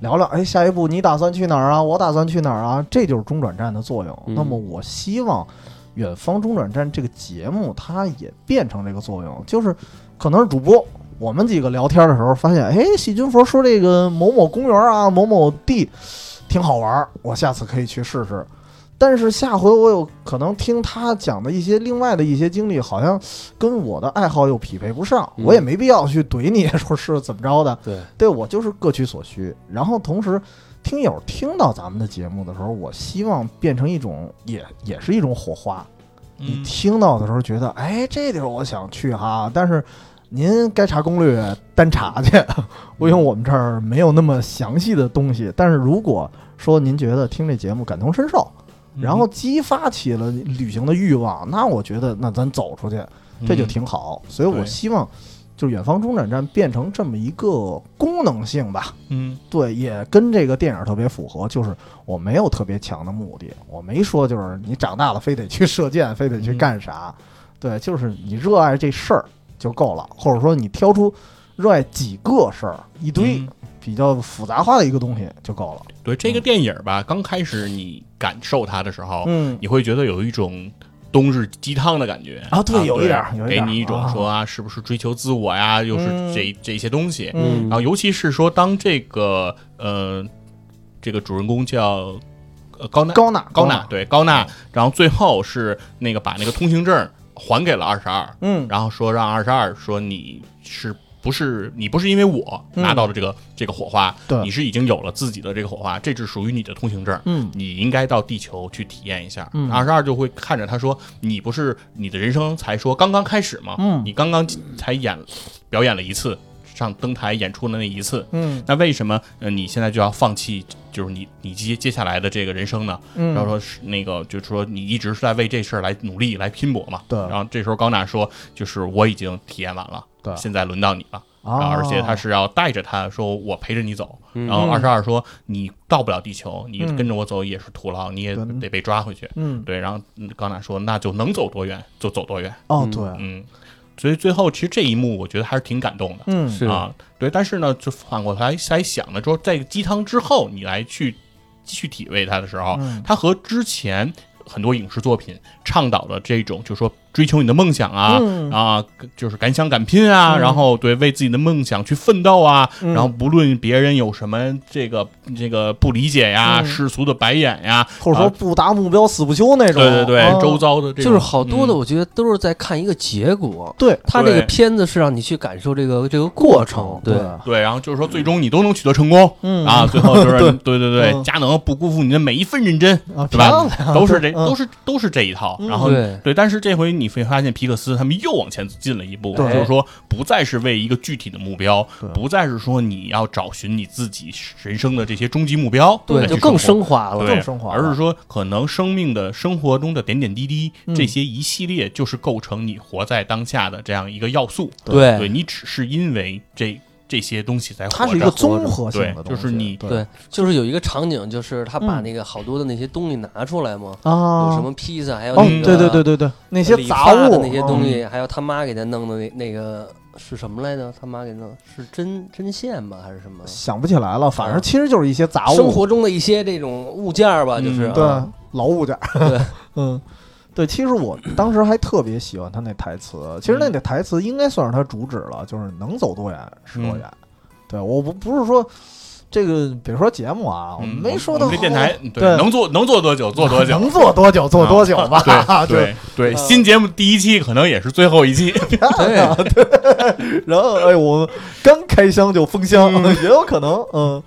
聊聊哎，下一步你打算去哪儿啊？我打算去哪儿啊？这就是中转站的作用。嗯那么我希望《远方中转站》这个节目它也变成这个作用，就是可能是主播我们几个聊天的时候发现，哎，细菌佛说这个某某公园啊，某某地挺好玩儿，我下次可以去试试。但是下回我有可能听他讲的一些另外的一些经历，好像跟我的爱好又匹配不上，嗯我也没必要去怼你说是怎么着的。对，对我就是各取所需。然后同时，听友听到咱们的节目的时候，我希望变成一种也也是一种火花。你嗯听到的时候觉得，哎，这地儿我想去哈，但是您该查攻略单查去， 我因为我们这儿没有那么详细的东西。但是如果说您觉得听这节目感同身受，嗯然后激发起了旅行的欲望，那我觉得那咱走出去，这嗯就挺好。所以我对希望，就是远方中转站变成这么一个功能性吧。嗯对，也跟这个电影特别符合，就是我没有特别强的目的，我没说就是你长大了非得去射箭，非得去干啥，对，就是你热爱这事儿就够了，或者说你挑出热爱几个事儿，一堆嗯比较复杂化的一个东西就够了。对这个电影吧，刚开始你感受它的时候，嗯，你会觉得有一种冬日鸡汤的感觉啊对有一点儿有一给点儿你一种说啊，是不是追求自我呀？又是嗯这这些东西，嗯然后尤其是说当这个呃，这个主人公叫呃高娜高纳高娜纳，对高娜，然后最后是那个把那个通行证还给了二十二，嗯然后说让二十二说你是不是你不是因为我嗯拿到了这个、这个火花，对你是已经有了自己的这个火花，这是属于你的通行证。嗯你应该到地球去体验一下。嗯二十二就会看着他说：“你不是你的人生才说刚刚开始吗？嗯你刚刚才演表演了一次，上登台演出的那一次，嗯那为什么呃你现在就要放弃？就是你你接接下来的这个人生呢？嗯，然后说是那个，就是说你一直是在为这事儿来努力、来拼搏嘛。对然后这时候高娜说，就是我已经体验完了，对现在轮到你了。然后啊，而且他是要带着他说，我陪着你走。嗯然后二十二说，你到不了地球，你嗯跟着我走也是徒劳，你也对得被抓回去。嗯对，然后嗯高娜说，那就能走多远就走多远。哦嗯对，嗯，所以最后其实这一幕我觉得还是挺感动的。嗯是啊，对。但是呢，就反过来来想呢，说在鸡汤之后，你来去继续体味它的时候，嗯它和之前很多影视作品倡导的这种，就说追求你的梦想啊。嗯啊，就是敢想敢拼啊，嗯然后对为自己的梦想去奋斗啊，嗯然后不论别人有什么这个这个不理解呀、嗯世俗的白眼呀，或者说啊不达目标死不休那种。对对对，啊周遭的这就是好多的，嗯我觉得都是在看一个结果。对他这个对片子是让你去感受这个这个过程，对，对，然后就是说最终你都能取得成功，嗯啊，最后就 是对对对嗯佳能不辜负你的每一份认真，啊，对漂吧？亮，都是这嗯都是都是这一套，嗯然后对对，但是这回你会发现皮克斯他们又往前进了一步，对就是说不再是为一个具体的目标对，不再是说你要找寻你自己人生的这些终极目标，对，再就去更生升华活了。对更升华而了是说可能生命的生活中的点点滴滴，嗯这些一系列就是构成你活在当下的这样一个要素，对对你只是因为这这些东西才活哎它是一着个综合性的对东西，就是你对对，就是有一个场景，就是他嗯把那个好多的那些东西拿出来嘛，有啊什，么披萨，还有哦，那个对对对对对，那些理杂发的物那些东嗯西，还有他妈给他弄的那那个是什么来着？他妈给弄的是针针线吗？还是什么？想不起来了，反正嗯其实就是一些杂物，生活中的一些这种物件儿吧，就是嗯对啊老物件， 对，嗯。对，其实我当时还特别喜欢他那台词。其实那嗯那台词应该算是他主旨了，就是能走多远是多嗯远。对，我不不是说这个，比如说节目啊，嗯没说我到们这电台对对能做能做多久做多 久，嗯能做多久做多久吧。 呃对对对，新节目第一期可能也是最后一期，对， 然后哎，我刚开箱就封箱，也有可能，嗯，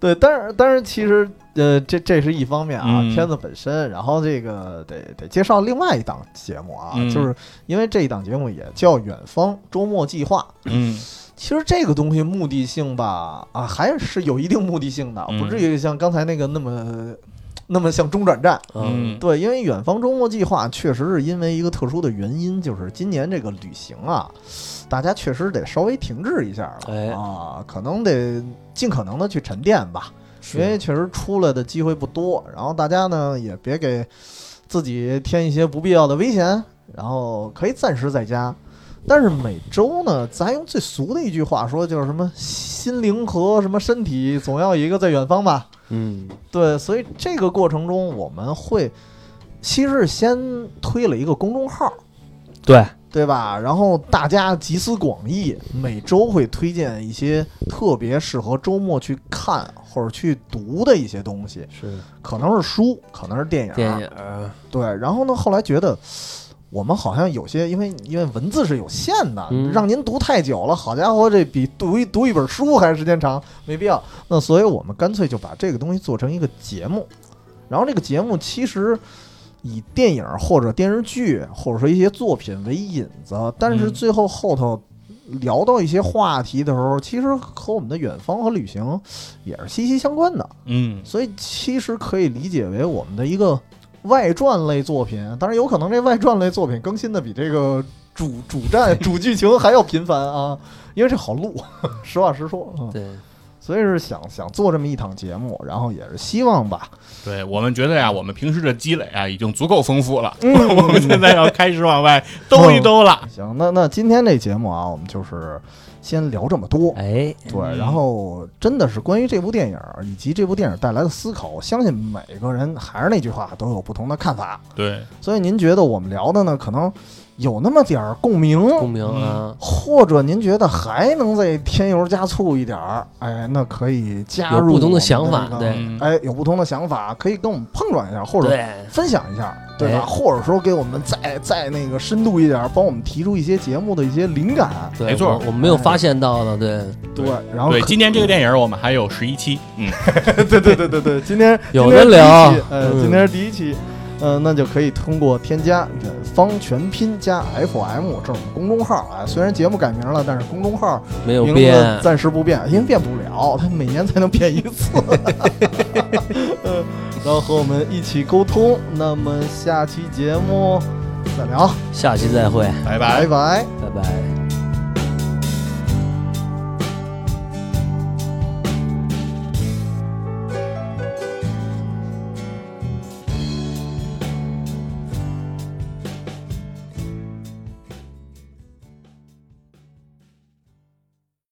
对，但是但是其实呃，这这是一方面啊，嗯片子本身，然后这个得得介绍另外一档节目啊，嗯就是因为这一档节目也叫《远方周末计划》。嗯其实这个东西目的性吧，啊，还是有一定目的性的，嗯不至于像刚才那个那么那么像中转站。啊嗯对，因为远方周末计划确实是因为一个特殊的原因，就是今年这个旅行啊，大家确实得稍微停滞一下了、哎啊，可能得尽可能的去沉淀吧，因为确实出来的机会不多，然后大家呢也别给自己添一些不必要的危险，然后可以暂时在家。但是每周呢，咱用最俗的一句话说，就是什么心灵和什么身体，总要有一个在远方吧。嗯对，所以这个过程中我们会，其实是先推了一个公众号，对，对吧？然后大家集思广益，每周会推荐一些特别适合周末去看或者去读的一些东西，是啊可能是书，可能是电影。电影儿，对，然后呢，后来觉得。我们好像有些，因为因为文字是有限的，嗯让您读太久了，好家伙，这比读一读一本书还时间长，没必要。那所以我们干脆就把这个东西做成一个节目，然后这个节目其实以电影或者电视剧或者说一些作品为引子，但是嗯最后后头聊到一些话题的时候，其实和我们的远方和旅行也是息息相关的。嗯所以其实可以理解为我们的一个外传类作品，当然有可能这外传类作品更新的比这个主主 战主剧情还要频繁啊，因为这好录， 实话实说啊、嗯对，所以是想想做这么一档节目，然后也是希望吧，对我们觉得呀，我们平时的积累啊已经足够丰富了， 我们现在要开始往外兜一兜了。行，那那今天这节目啊，我们就是先聊这么多。哎，对，嗯然后真的是关于这部电影以及这部电影带来的思考，我相信每个人还是那句话，都有不同的看法。嗯对，所以您觉得我们聊的呢，可能有那么点儿共鸣，共鸣啊，或者您觉得还能再添油加醋一点儿，哎，那可以加入有不同我们的的想法这个对嗯哎，有不同的想法可以跟我们碰撞一下，或者对，分享一下，对吧？哎或者说给我们再再那个深度一点儿，帮我们提出一些节目的一些灵感，对没错我我们没有发现到的，对，对对。然后对，可今年这个电影我们还有十一期，嗯， 对对对对 对，今天有今天人是第一聊期呃，嗯今天是第一期，呃，那就可以通过添加远方全拼加 FM，这是我们公众号啊。虽然节目改名了，但是公众号没有名变，字暂时不变，因为变不了，它每年才能变一次。 呃，然后和我们一起沟通，那么下期节目再聊，啊下期再会，拜拜。拜拜。拜拜。